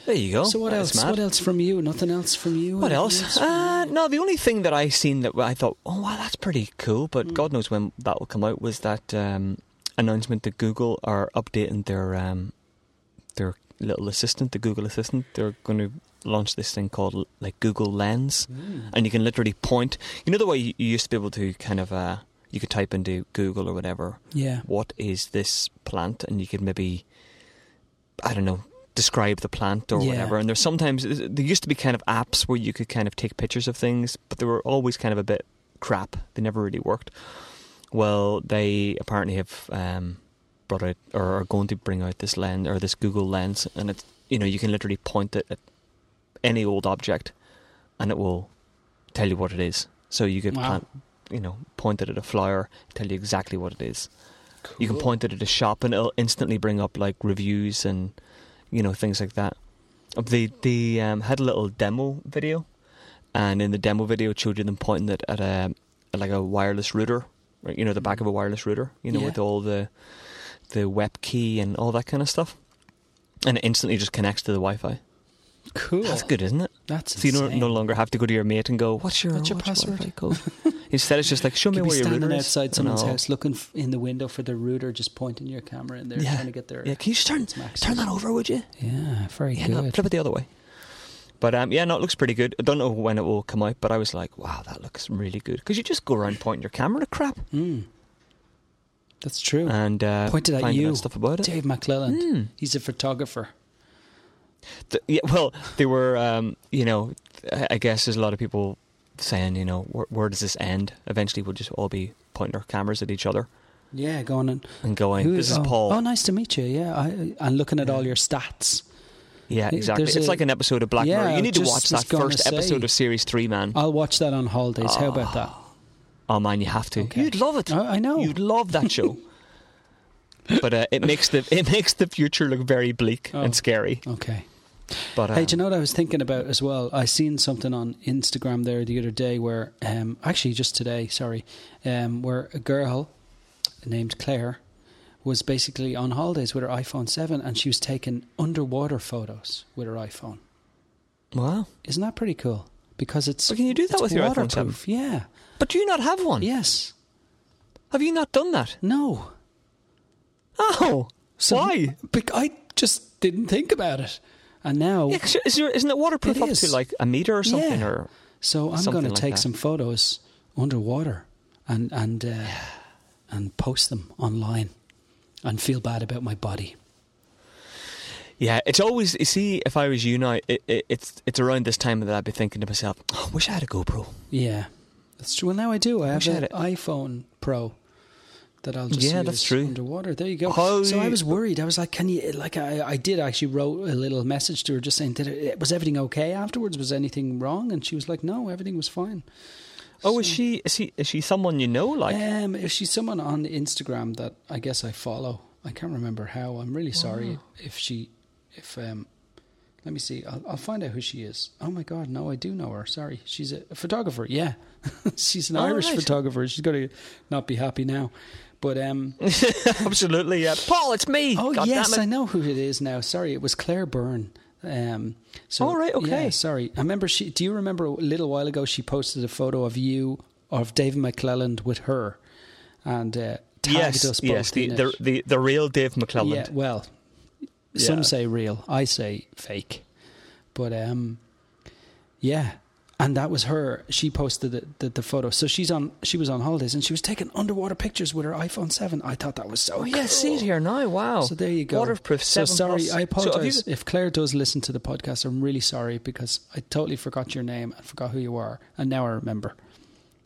Speaker 1: There you go.
Speaker 2: so what
Speaker 1: That is
Speaker 2: else?
Speaker 1: mad.
Speaker 2: What else from you? Nothing else from you?
Speaker 1: What
Speaker 2: Anything
Speaker 1: else?
Speaker 2: from
Speaker 1: Uh,
Speaker 2: you?
Speaker 1: no, the only thing that I seen that I thought, oh wow, that's pretty cool, but
Speaker 2: Mm.
Speaker 1: God knows when that will come out was that um, announcement that Google are updating their um, their little assistant, the Google Assistant. They're going to launch this thing called like Google Lens,
Speaker 2: Mm.
Speaker 1: and you can literally point. You know the way you you used to be able to kind of uh, you could type into Google or whatever,
Speaker 2: Yeah.
Speaker 1: what is this plant, and you could maybe, I don't know. Describe the plant or
Speaker 2: Yeah.
Speaker 1: whatever, and there's sometimes there used to be kind of apps where you could kind of take pictures of things, but they were always kind of a bit crap. They never really worked. Well, they apparently have um, brought out or are going to bring out this lens or this Google lens, and it's you know you can literally point it at any old object, and it will tell you what it is. So you could
Speaker 2: Wow.
Speaker 1: plant, you know, point it at a flower, tell you exactly what it is. You can
Speaker 2: Cool.
Speaker 1: point it at a shop, and it'll instantly bring up like reviews and you know things like that. Uh, They they um, had a little demo video, and in the demo video, it showed you them pointing it at a at like a wireless router, right? You know, the back of a wireless router. You know,
Speaker 2: Yeah.
Speaker 1: with all the the web key and all that kind of stuff, and it instantly just connects to the Wi-Fi.
Speaker 2: Cool.
Speaker 1: That's good, isn't it?
Speaker 2: That's
Speaker 1: So you no,
Speaker 2: insane.
Speaker 1: no longer have to go to your mate and go, "What's your
Speaker 2: What's your password?"
Speaker 1: Wi-Fi code?" Instead, it's just like, "Show me
Speaker 2: Could be
Speaker 1: where your
Speaker 2: standing
Speaker 1: router is."
Speaker 2: outside
Speaker 1: and
Speaker 2: someone's
Speaker 1: I'll-
Speaker 2: house, looking f- in the window for the router, just pointing your camera in there,
Speaker 1: Yeah.
Speaker 2: trying to get their
Speaker 1: Yeah, can you just turn
Speaker 2: its max.
Speaker 1: turn that over, would you?
Speaker 2: Yeah, very
Speaker 1: Yeah, no,
Speaker 2: good.
Speaker 1: flip it the other way. But um, yeah, no, it looks pretty good. I don't know when it will come out, but I was like, wow, that looks really good. Because you just go around pointing your camera at crap
Speaker 2: Mm. That's true.
Speaker 1: and uh,
Speaker 2: Pointed at
Speaker 1: finding
Speaker 2: you.
Speaker 1: out stuff about it.
Speaker 2: Dave McClellan.
Speaker 1: Hmm.
Speaker 2: He's a photographer.
Speaker 1: Th- yeah, well, they were, um, you know, I I guess there's a lot of people saying, you know, where, where does this end? Eventually, we'll just all be pointing our cameras at each other
Speaker 2: Yeah, going on.
Speaker 1: and going,
Speaker 2: Who-
Speaker 1: this is
Speaker 2: oh,
Speaker 1: Paul.
Speaker 2: Oh, nice to meet you. Yeah, I, and looking at all your stats.
Speaker 1: yeah,
Speaker 2: y-
Speaker 1: exactly.
Speaker 2: there's
Speaker 1: It's
Speaker 2: a-
Speaker 1: like an episode of Black
Speaker 2: Yeah,
Speaker 1: Mirror. You need to
Speaker 2: just
Speaker 1: watch
Speaker 2: was
Speaker 1: that
Speaker 2: gonna
Speaker 1: first episode
Speaker 2: say.
Speaker 1: of Series 3, man.
Speaker 2: I'll watch that on holidays. How about that?
Speaker 1: oh, man, you have to.
Speaker 2: Okay.
Speaker 1: You'd love it.
Speaker 2: I, I know.
Speaker 1: You'd love that show. but uh, it makes the it makes the future look very bleak
Speaker 2: Oh.
Speaker 1: and scary.
Speaker 2: okay.
Speaker 1: But um,
Speaker 2: Hey, do you know what I was thinking about as well? I seen something on Instagram there the other day where, um, actually just today, sorry, um, where a girl named Claire was basically on holidays with her iPhone 7 and she was taking underwater photos with her iPhone.
Speaker 1: wow!
Speaker 2: Isn't that pretty cool? Because it's
Speaker 1: Well, can you do that
Speaker 2: it's
Speaker 1: with your iPhone Hmm. 7?
Speaker 2: waterproof. Yeah.
Speaker 1: But do you not have one?
Speaker 2: Yes.
Speaker 1: Have you not done that?
Speaker 2: No.
Speaker 1: Oh,
Speaker 2: So-
Speaker 1: why?
Speaker 2: Bec- I just didn't think about it, and now
Speaker 1: Yeah, 'cause is there, isn't it waterproof
Speaker 2: It
Speaker 1: up to
Speaker 2: is.
Speaker 1: like a meter or something?
Speaker 2: Yeah.
Speaker 1: Or
Speaker 2: so I'm
Speaker 1: something
Speaker 2: going to
Speaker 1: like
Speaker 2: take
Speaker 1: that.
Speaker 2: some photos underwater and and uh, and post them online, and feel bad about my body.
Speaker 1: yeah, it's always you see. If I was you now, it, it, it's it's around this time that I'd be thinking to myself, oh, "I wish I had a GoPro."
Speaker 2: Yeah, that's true. Well, now I do. I have
Speaker 1: wish I
Speaker 2: an
Speaker 1: had it.
Speaker 2: iPhone Pro that I'll just
Speaker 1: Yeah,
Speaker 2: use
Speaker 1: that's true.
Speaker 2: underwater. There you go.
Speaker 1: How-
Speaker 2: so I was worried. I was like, "Can you?" Like, I, I did actually wrote a little message to her, just saying, "Did it, was everything okay afterwards? Was anything wrong?" And she was like, "No, everything was fine."
Speaker 1: Oh, is she is she is she someone you know? Like,
Speaker 2: Um, if she's someone on Instagram that I guess I follow, I can't remember how. I'm really sorry if she, if um, let me see. I'll, I'll find out who she is. Oh my god, no, I do know her. Sorry, she's a photographer. Yeah, she's an
Speaker 1: Oh,
Speaker 2: Irish
Speaker 1: right.
Speaker 2: photographer. She's going to not be happy now, but um,
Speaker 1: absolutely, yeah. Paul, it's me.
Speaker 2: oh
Speaker 1: God
Speaker 2: yes,
Speaker 1: damn
Speaker 2: I
Speaker 1: it.
Speaker 2: know who it is now. Sorry, it was Claire Byrne. Um, so
Speaker 1: Oh, right, okay.
Speaker 2: yeah, sorry. I remember she. Do you remember a little while ago she posted a photo of you of David McClelland with her, and uh, tagged us
Speaker 1: yes,
Speaker 2: both
Speaker 1: yes, the,
Speaker 2: in it.
Speaker 1: the the the real Dave McClelland.
Speaker 2: Yeah, well,
Speaker 1: Yeah.
Speaker 2: some say real, I say fake, but um, yeah, and that was her. She posted the, the, the photo, so she's on. She was on holidays and she was taking underwater pictures with her iPhone Seven. I thought that was so.
Speaker 1: Oh yeah,
Speaker 2: cool.
Speaker 1: see it here now. Wow.
Speaker 2: So there you go.
Speaker 1: Waterproof.
Speaker 2: So
Speaker 1: 7
Speaker 2: sorry,
Speaker 1: plus.
Speaker 2: I
Speaker 1: So have you-
Speaker 2: apologize if Claire does listen to the podcast. I'm really sorry because I totally forgot your name and forgot who you are, and now I remember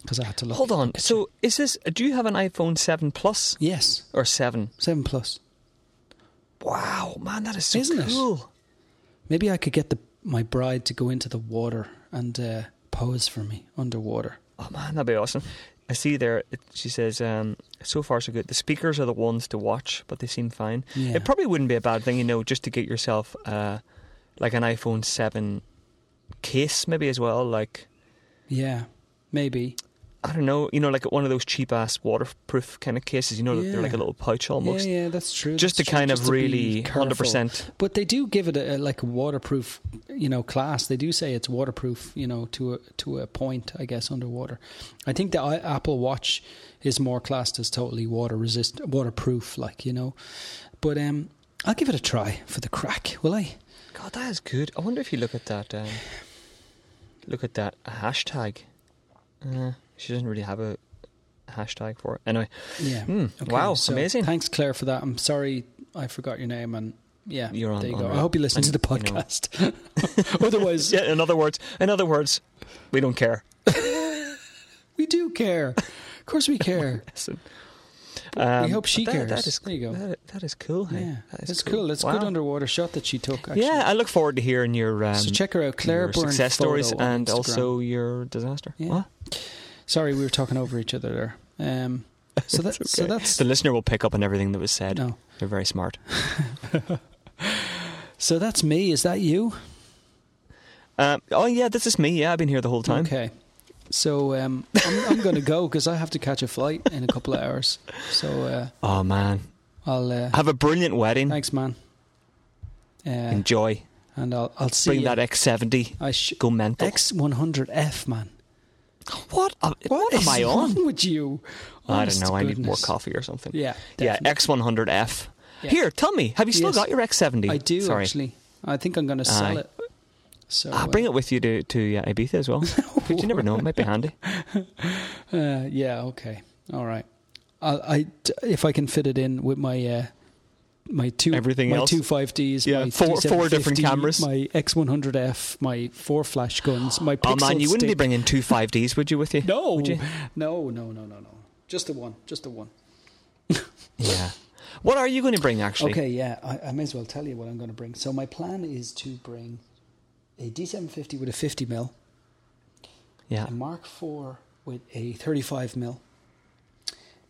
Speaker 2: because I had to look.
Speaker 1: hold on.
Speaker 2: at you.
Speaker 1: So is this? Do you have an iPhone Seven Plus
Speaker 2: yes,
Speaker 1: or Seven?
Speaker 2: Seven Plus.
Speaker 1: Wow, man, that is so
Speaker 2: Isn't it?
Speaker 1: cool.
Speaker 2: Maybe I could get the my bride to go into the water and uh, pose for me underwater.
Speaker 1: Oh man, that'd be awesome. I see there. It, she says, um, "So far, so good. The speakers are the ones to watch, but they seem fine.
Speaker 2: Yeah.
Speaker 1: It probably wouldn't be a bad thing, you know, just to get yourself uh, like an iPhone Seven case, maybe as well. Like
Speaker 2: Yeah, maybe.
Speaker 1: I don't know, you know, like one of those cheap ass waterproof kind of cases. You know, that they're like a
Speaker 2: Yeah.
Speaker 1: little pouch almost,
Speaker 2: Yeah, yeah, that's true.
Speaker 1: just to
Speaker 2: that's true,
Speaker 1: kind
Speaker 2: just
Speaker 1: of
Speaker 2: to be
Speaker 1: really
Speaker 2: careful.
Speaker 1: hundred percent.
Speaker 2: But they do give it a, a like a waterproof, you know, class. They do say it's waterproof, you know, to a to a point, I guess, underwater. I think the I- Apple Watch is more classed as totally water resist, waterproof, like you know. But um, I'll give it a try for the crack, will I?
Speaker 1: God, that is good. I wonder if you look at that. Um, look at that hashtag. Uh, she doesn't really have a hashtag for it anyway.
Speaker 2: Yeah.
Speaker 1: Hmm. Wow, amazing.
Speaker 2: Thanks, Claire, for that. I'm sorry I forgot your name, and yeah,
Speaker 1: You're on-
Speaker 2: there you
Speaker 1: on
Speaker 2: go. I
Speaker 1: right.
Speaker 2: hope you listen
Speaker 1: And,
Speaker 2: to the
Speaker 1: you know-
Speaker 2: podcast. Otherwise,
Speaker 1: Yeah, in other words, in other words, we don't care.
Speaker 2: we do care. Of course, we care.
Speaker 1: Listen,
Speaker 2: we
Speaker 1: Um,
Speaker 2: hope she
Speaker 1: but that-
Speaker 2: cares.
Speaker 1: That is,
Speaker 2: there you go.
Speaker 1: that- that is cool. hey.
Speaker 2: yeah,
Speaker 1: That is
Speaker 2: that's cool. That's a good
Speaker 1: Wow.
Speaker 2: underwater shot that she took. Actually.
Speaker 1: Yeah, I look forward to hearing your um,
Speaker 2: so check her out, Claire
Speaker 1: your
Speaker 2: Byrne.
Speaker 1: success
Speaker 2: photo
Speaker 1: stories
Speaker 2: on
Speaker 1: and
Speaker 2: Instagram.
Speaker 1: also your disaster.
Speaker 2: Yeah.
Speaker 1: What?
Speaker 2: sorry, we were talking over each other there. Um, so that so
Speaker 1: Okay.
Speaker 2: that's
Speaker 1: the listener will pick up on everything that was said.
Speaker 2: no.
Speaker 1: They're very smart.
Speaker 2: So that's me. Is that you?
Speaker 1: Um, oh yeah, this is me. Yeah, I've been here the whole time.
Speaker 2: Okay. So um, I'm, I'm going to go because I have to catch a flight in a couple of hours. So uh,
Speaker 1: Oh man,
Speaker 2: I'll. Uh,
Speaker 1: have a brilliant wedding.
Speaker 2: Thanks, man. Uh,
Speaker 1: Enjoy.
Speaker 2: and I'll I'll see
Speaker 1: Bring
Speaker 2: you.
Speaker 1: that X70.
Speaker 2: I sh-
Speaker 1: Go mental.
Speaker 2: X100F, man.
Speaker 1: what? am- What, am
Speaker 2: Uh, is
Speaker 1: I on?
Speaker 2: wrong with you?
Speaker 1: I don't
Speaker 2: Honest
Speaker 1: know.
Speaker 2: to
Speaker 1: I need more
Speaker 2: goodness.
Speaker 1: coffee or something.
Speaker 2: Yeah,
Speaker 1: Yeah,
Speaker 2: definitely.
Speaker 1: X100F.
Speaker 2: Yeah.
Speaker 1: Here, tell me, have you still
Speaker 2: Yes.
Speaker 1: got your X70?
Speaker 2: I do
Speaker 1: Sorry.
Speaker 2: actually. Oh, I think I'm going to sell
Speaker 1: Aye.
Speaker 2: it. So
Speaker 1: Ah, bring it with you to to uh, Ibiza as well. But you never know; it might be handy.
Speaker 2: Uh, yeah. Okay. All right. I'll, I if I can fit it in with my. Uh, my two
Speaker 1: Everything
Speaker 2: my
Speaker 1: else?
Speaker 2: two five Ds,
Speaker 1: Yeah,
Speaker 2: my
Speaker 1: four- four different
Speaker 2: 3750,
Speaker 1: cameras.
Speaker 2: my X one hundred F, my four flash guns, my
Speaker 1: Oh
Speaker 2: pixel
Speaker 1: man, you wouldn't be
Speaker 2: stick.
Speaker 1: bringing two five Ds, would you? With you?
Speaker 2: no,
Speaker 1: Would you?
Speaker 2: no, no, no, no, no, just the one, just the one.
Speaker 1: Yeah. What are you going to bring actually?
Speaker 2: Okay, yeah, I, I may as well tell you what I'm going to bring. So my plan is to bring a D750 with a 50 mil,
Speaker 1: Yeah.
Speaker 2: a Mark IV with a 35 mil,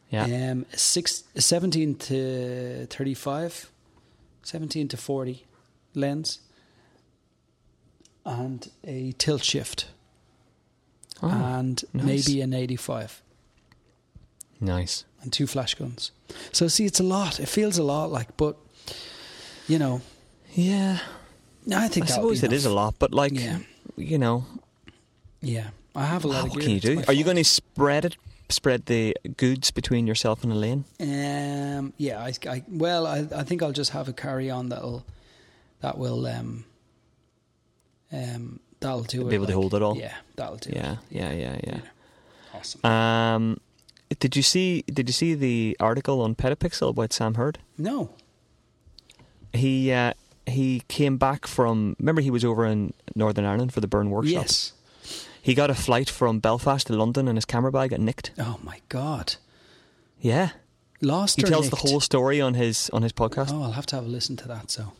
Speaker 1: Yeah.
Speaker 2: um, a six, a 17 to 35, 17 to 40 lens, and a tilt shift,
Speaker 1: Oh,
Speaker 2: and
Speaker 1: nice.
Speaker 2: maybe an 85.
Speaker 1: nice.
Speaker 2: and two flash guns. So see, it's a lot. It feels a lot like, but you know,
Speaker 1: Yeah.
Speaker 2: I think
Speaker 1: I
Speaker 2: that'll be
Speaker 1: suppose it is a
Speaker 2: enough.
Speaker 1: lot, but like,
Speaker 2: Yeah.
Speaker 1: you know,
Speaker 2: Yeah, I have a lot.
Speaker 1: what
Speaker 2: of gear.
Speaker 1: can you
Speaker 2: It's my
Speaker 1: do? Are you
Speaker 2: fault.
Speaker 1: going to spread it? Spread the goods between yourself and Elaine?
Speaker 2: Um, yeah, I, I well, I, I think I'll just have a carry on that'll that will um um that'll do it.
Speaker 1: Be able to hold it all.
Speaker 2: Yeah, that'll do.
Speaker 1: Yeah. Yeah. Yeah. Yeah.
Speaker 2: it. awesome.
Speaker 1: Um, did you see? Did you see the article on Petapixel about Sam Hurd?
Speaker 2: No,
Speaker 1: He uh, he came back from. Remember, he was over in Northern Ireland for the Burn workshop.
Speaker 2: yes.
Speaker 1: He got a flight from Belfast to London, and his camera bag got nicked.
Speaker 2: Oh my god,
Speaker 1: Yeah,
Speaker 2: lost.
Speaker 1: he
Speaker 2: or
Speaker 1: tells the
Speaker 2: nicked?
Speaker 1: whole story on his on his podcast.
Speaker 2: Oh, I'll have to have a listen to that. So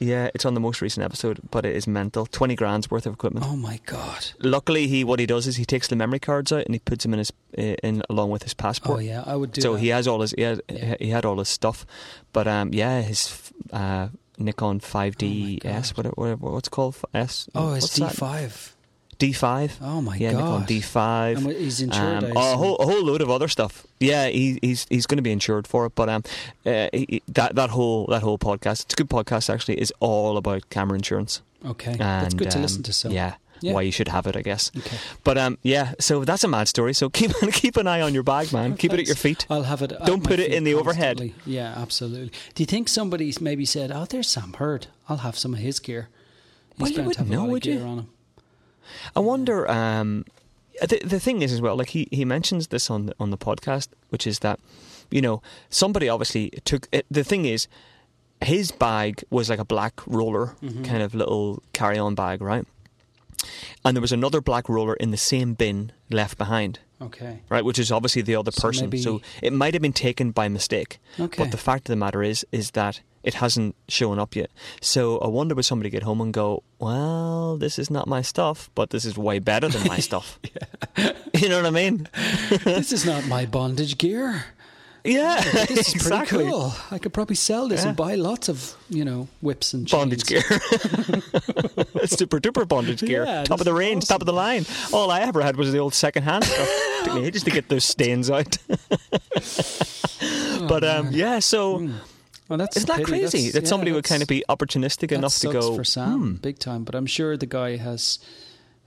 Speaker 1: Yeah, it's on the most recent episode, but it is mental. Twenty grand's worth of equipment.
Speaker 2: Oh my god.
Speaker 1: Luckily, he what he does is he takes the memory cards out and he puts them in his uh, in along with his
Speaker 2: Oh
Speaker 1: passport.
Speaker 2: yeah, I would do.
Speaker 1: so
Speaker 2: that.
Speaker 1: he has all his he had,
Speaker 2: Yeah.
Speaker 1: he had all his stuff, but um yeah his uh, Nikon 5D
Speaker 2: Oh my
Speaker 1: S
Speaker 2: God.
Speaker 1: what, it- what it- what's it called S
Speaker 2: Oh,
Speaker 1: what's
Speaker 2: it's D five.
Speaker 1: D five
Speaker 2: Oh my
Speaker 1: yeah
Speaker 2: god.
Speaker 1: Nikon D five
Speaker 2: And wh- he's insured.
Speaker 1: um,
Speaker 2: I
Speaker 1: a
Speaker 2: assume.
Speaker 1: whole a whole load of other stuff. Yeah, he, he's he's going to be insured for it. But um, uh, he- he- that that whole that whole podcast, it's a good podcast actually, is all about camera insurance.
Speaker 2: okay,
Speaker 1: And,
Speaker 2: that's good to
Speaker 1: um,
Speaker 2: listen to. So
Speaker 1: yeah,
Speaker 2: Yeah.
Speaker 1: why you should have it, I guess.
Speaker 2: Okay.
Speaker 1: But um, yeah, so that's a mad story. So keep keep an eye on your bag, man. Keep it at your feet.
Speaker 2: I'll have it. at
Speaker 1: Don't
Speaker 2: my
Speaker 1: put it
Speaker 2: feet
Speaker 1: in the overhead.
Speaker 2: constantly. Yeah, absolutely. Do you think somebody maybe said, "Oh, there's Sam Hurd. I'll have some of his gear." He's
Speaker 1: Well, you
Speaker 2: bound to have
Speaker 1: wouldn't
Speaker 2: a
Speaker 1: know,
Speaker 2: lot of
Speaker 1: would you?
Speaker 2: gear on him.
Speaker 1: I wonder. Um, the the thing is as well, like he, he mentions this on the, on the podcast, which is that you know somebody obviously took it, the thing is his bag was like a black roller
Speaker 2: Mm-hmm.
Speaker 1: kind of little carry on bag, right? And there was another black roller in the same bin left behind,
Speaker 2: Okay.
Speaker 1: right? Which is obviously the other
Speaker 2: So
Speaker 1: person.
Speaker 2: maybe-
Speaker 1: So it might have been taken by mistake.
Speaker 2: Okay.
Speaker 1: But the fact of the matter is, is that it hasn't shown up yet. So I wonder would somebody get home and go, "Well, this is not my stuff, but this is way better than my stuff." You know what I mean?
Speaker 2: this is not my bondage gear.
Speaker 1: Yeah,
Speaker 2: This is pretty
Speaker 1: exactly.
Speaker 2: cool. I could probably sell this
Speaker 1: Yeah.
Speaker 2: and buy lots of, you know, whips and chains.
Speaker 1: Bondage gear, super duper bondage gear,
Speaker 2: Yeah,
Speaker 1: top
Speaker 2: this
Speaker 1: of the
Speaker 2: is
Speaker 1: range, top of the line. All I ever had was the old second hand stuff. Took me ages to get those stains out. but um, yeah, so
Speaker 2: Well, that's
Speaker 1: isn't
Speaker 2: a
Speaker 1: that
Speaker 2: Oh, Hmm. pity.
Speaker 1: crazy
Speaker 2: That's-
Speaker 1: that
Speaker 2: yeah,
Speaker 1: somebody would
Speaker 2: that's-
Speaker 1: kind of be opportunistic
Speaker 2: that
Speaker 1: enough to
Speaker 2: sucks
Speaker 1: go hmm.
Speaker 2: for Sam big time. But I'm sure the guy has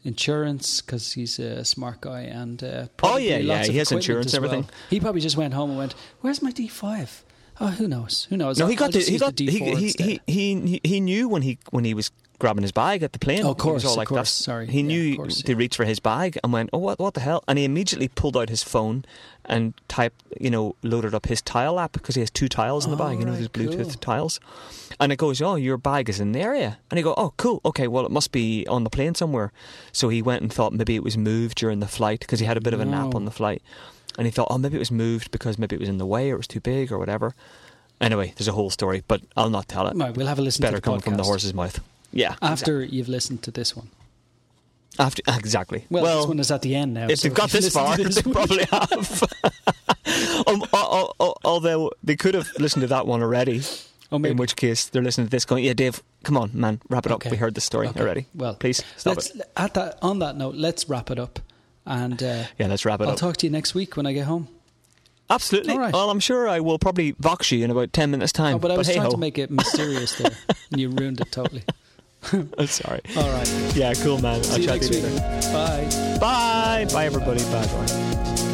Speaker 2: insurance because he's a smart guy and uh, probably
Speaker 1: Oh, yeah, yeah,
Speaker 2: lots of
Speaker 1: he has
Speaker 2: equipment
Speaker 1: insurance
Speaker 2: as
Speaker 1: and everything.
Speaker 2: well. He probably just went home and went, "Where's my D5? Oh, who knows? Who knows?
Speaker 1: No,
Speaker 2: I'll-
Speaker 1: he
Speaker 2: I'll
Speaker 1: got the,
Speaker 2: just
Speaker 1: he
Speaker 2: use the
Speaker 1: got he,
Speaker 2: D4
Speaker 1: he,
Speaker 2: instead."
Speaker 1: he he he knew when he when he was grabbing his bag at the plane.
Speaker 2: Oh, of
Speaker 1: he was
Speaker 2: course,
Speaker 1: all
Speaker 2: of
Speaker 1: like,
Speaker 2: course,
Speaker 1: that's-
Speaker 2: sorry.
Speaker 1: He
Speaker 2: Yeah,
Speaker 1: knew
Speaker 2: of course,
Speaker 1: to reach for his bag and went, oh what what the hell? And he immediately pulled out his phone and typed you know loaded up his tile app because he has two tiles in the bag. You know
Speaker 2: Alright,
Speaker 1: those Bluetooth
Speaker 2: cool.
Speaker 1: tiles, and it goes, oh your bag is in the area. And he go, oh cool, okay, well it must be on the plane somewhere. So he went and thought maybe it was moved during the flight because he had a bit of a nap
Speaker 2: No.
Speaker 1: on the flight. And he thought, oh, maybe it was moved because maybe it was in the way or it was too big or whatever. Anyway, there's a whole story, but I'll not tell it.
Speaker 2: Right, we'll have a listen
Speaker 1: Better
Speaker 2: to the
Speaker 1: come
Speaker 2: podcast
Speaker 1: from the horse's mouth. Yeah.
Speaker 2: after you've listened to this one.
Speaker 1: After exactly.
Speaker 2: Well, this one is at the end now.
Speaker 1: if
Speaker 2: so
Speaker 1: they've got
Speaker 2: you've
Speaker 1: this
Speaker 2: listened
Speaker 1: far,
Speaker 2: to this
Speaker 1: they
Speaker 2: one-
Speaker 1: probably have. um, al- al- although they could have listened to that one already.
Speaker 2: Oh, maybe.
Speaker 1: In which case, they're listening to this going, "Yeah, Dave, come on, man, wrap it up.
Speaker 2: Okay.
Speaker 1: We heard this story
Speaker 2: Okay.
Speaker 1: already.
Speaker 2: Well,
Speaker 1: please stop
Speaker 2: let's,
Speaker 1: it.
Speaker 2: At that, on that note, let's wrap it up, and uh,
Speaker 1: Yeah, let's wrap it
Speaker 2: I'll
Speaker 1: up.
Speaker 2: talk to you next week when I get home.
Speaker 1: Absolutely.
Speaker 2: All right.
Speaker 1: Well, I'm sure I will probably box you in about ten minutes' time.
Speaker 2: Oh, but I was trying
Speaker 1: hey-ho.
Speaker 2: to make it mysterious there, and you ruined it totally.
Speaker 1: I'm sorry.
Speaker 2: All right.
Speaker 1: Yeah, cool, man. I'll
Speaker 2: See you
Speaker 1: chat
Speaker 2: next
Speaker 1: to
Speaker 2: week.
Speaker 1: you later.
Speaker 2: Bye.
Speaker 1: Bye. Bye, everybody. Bye. Bye.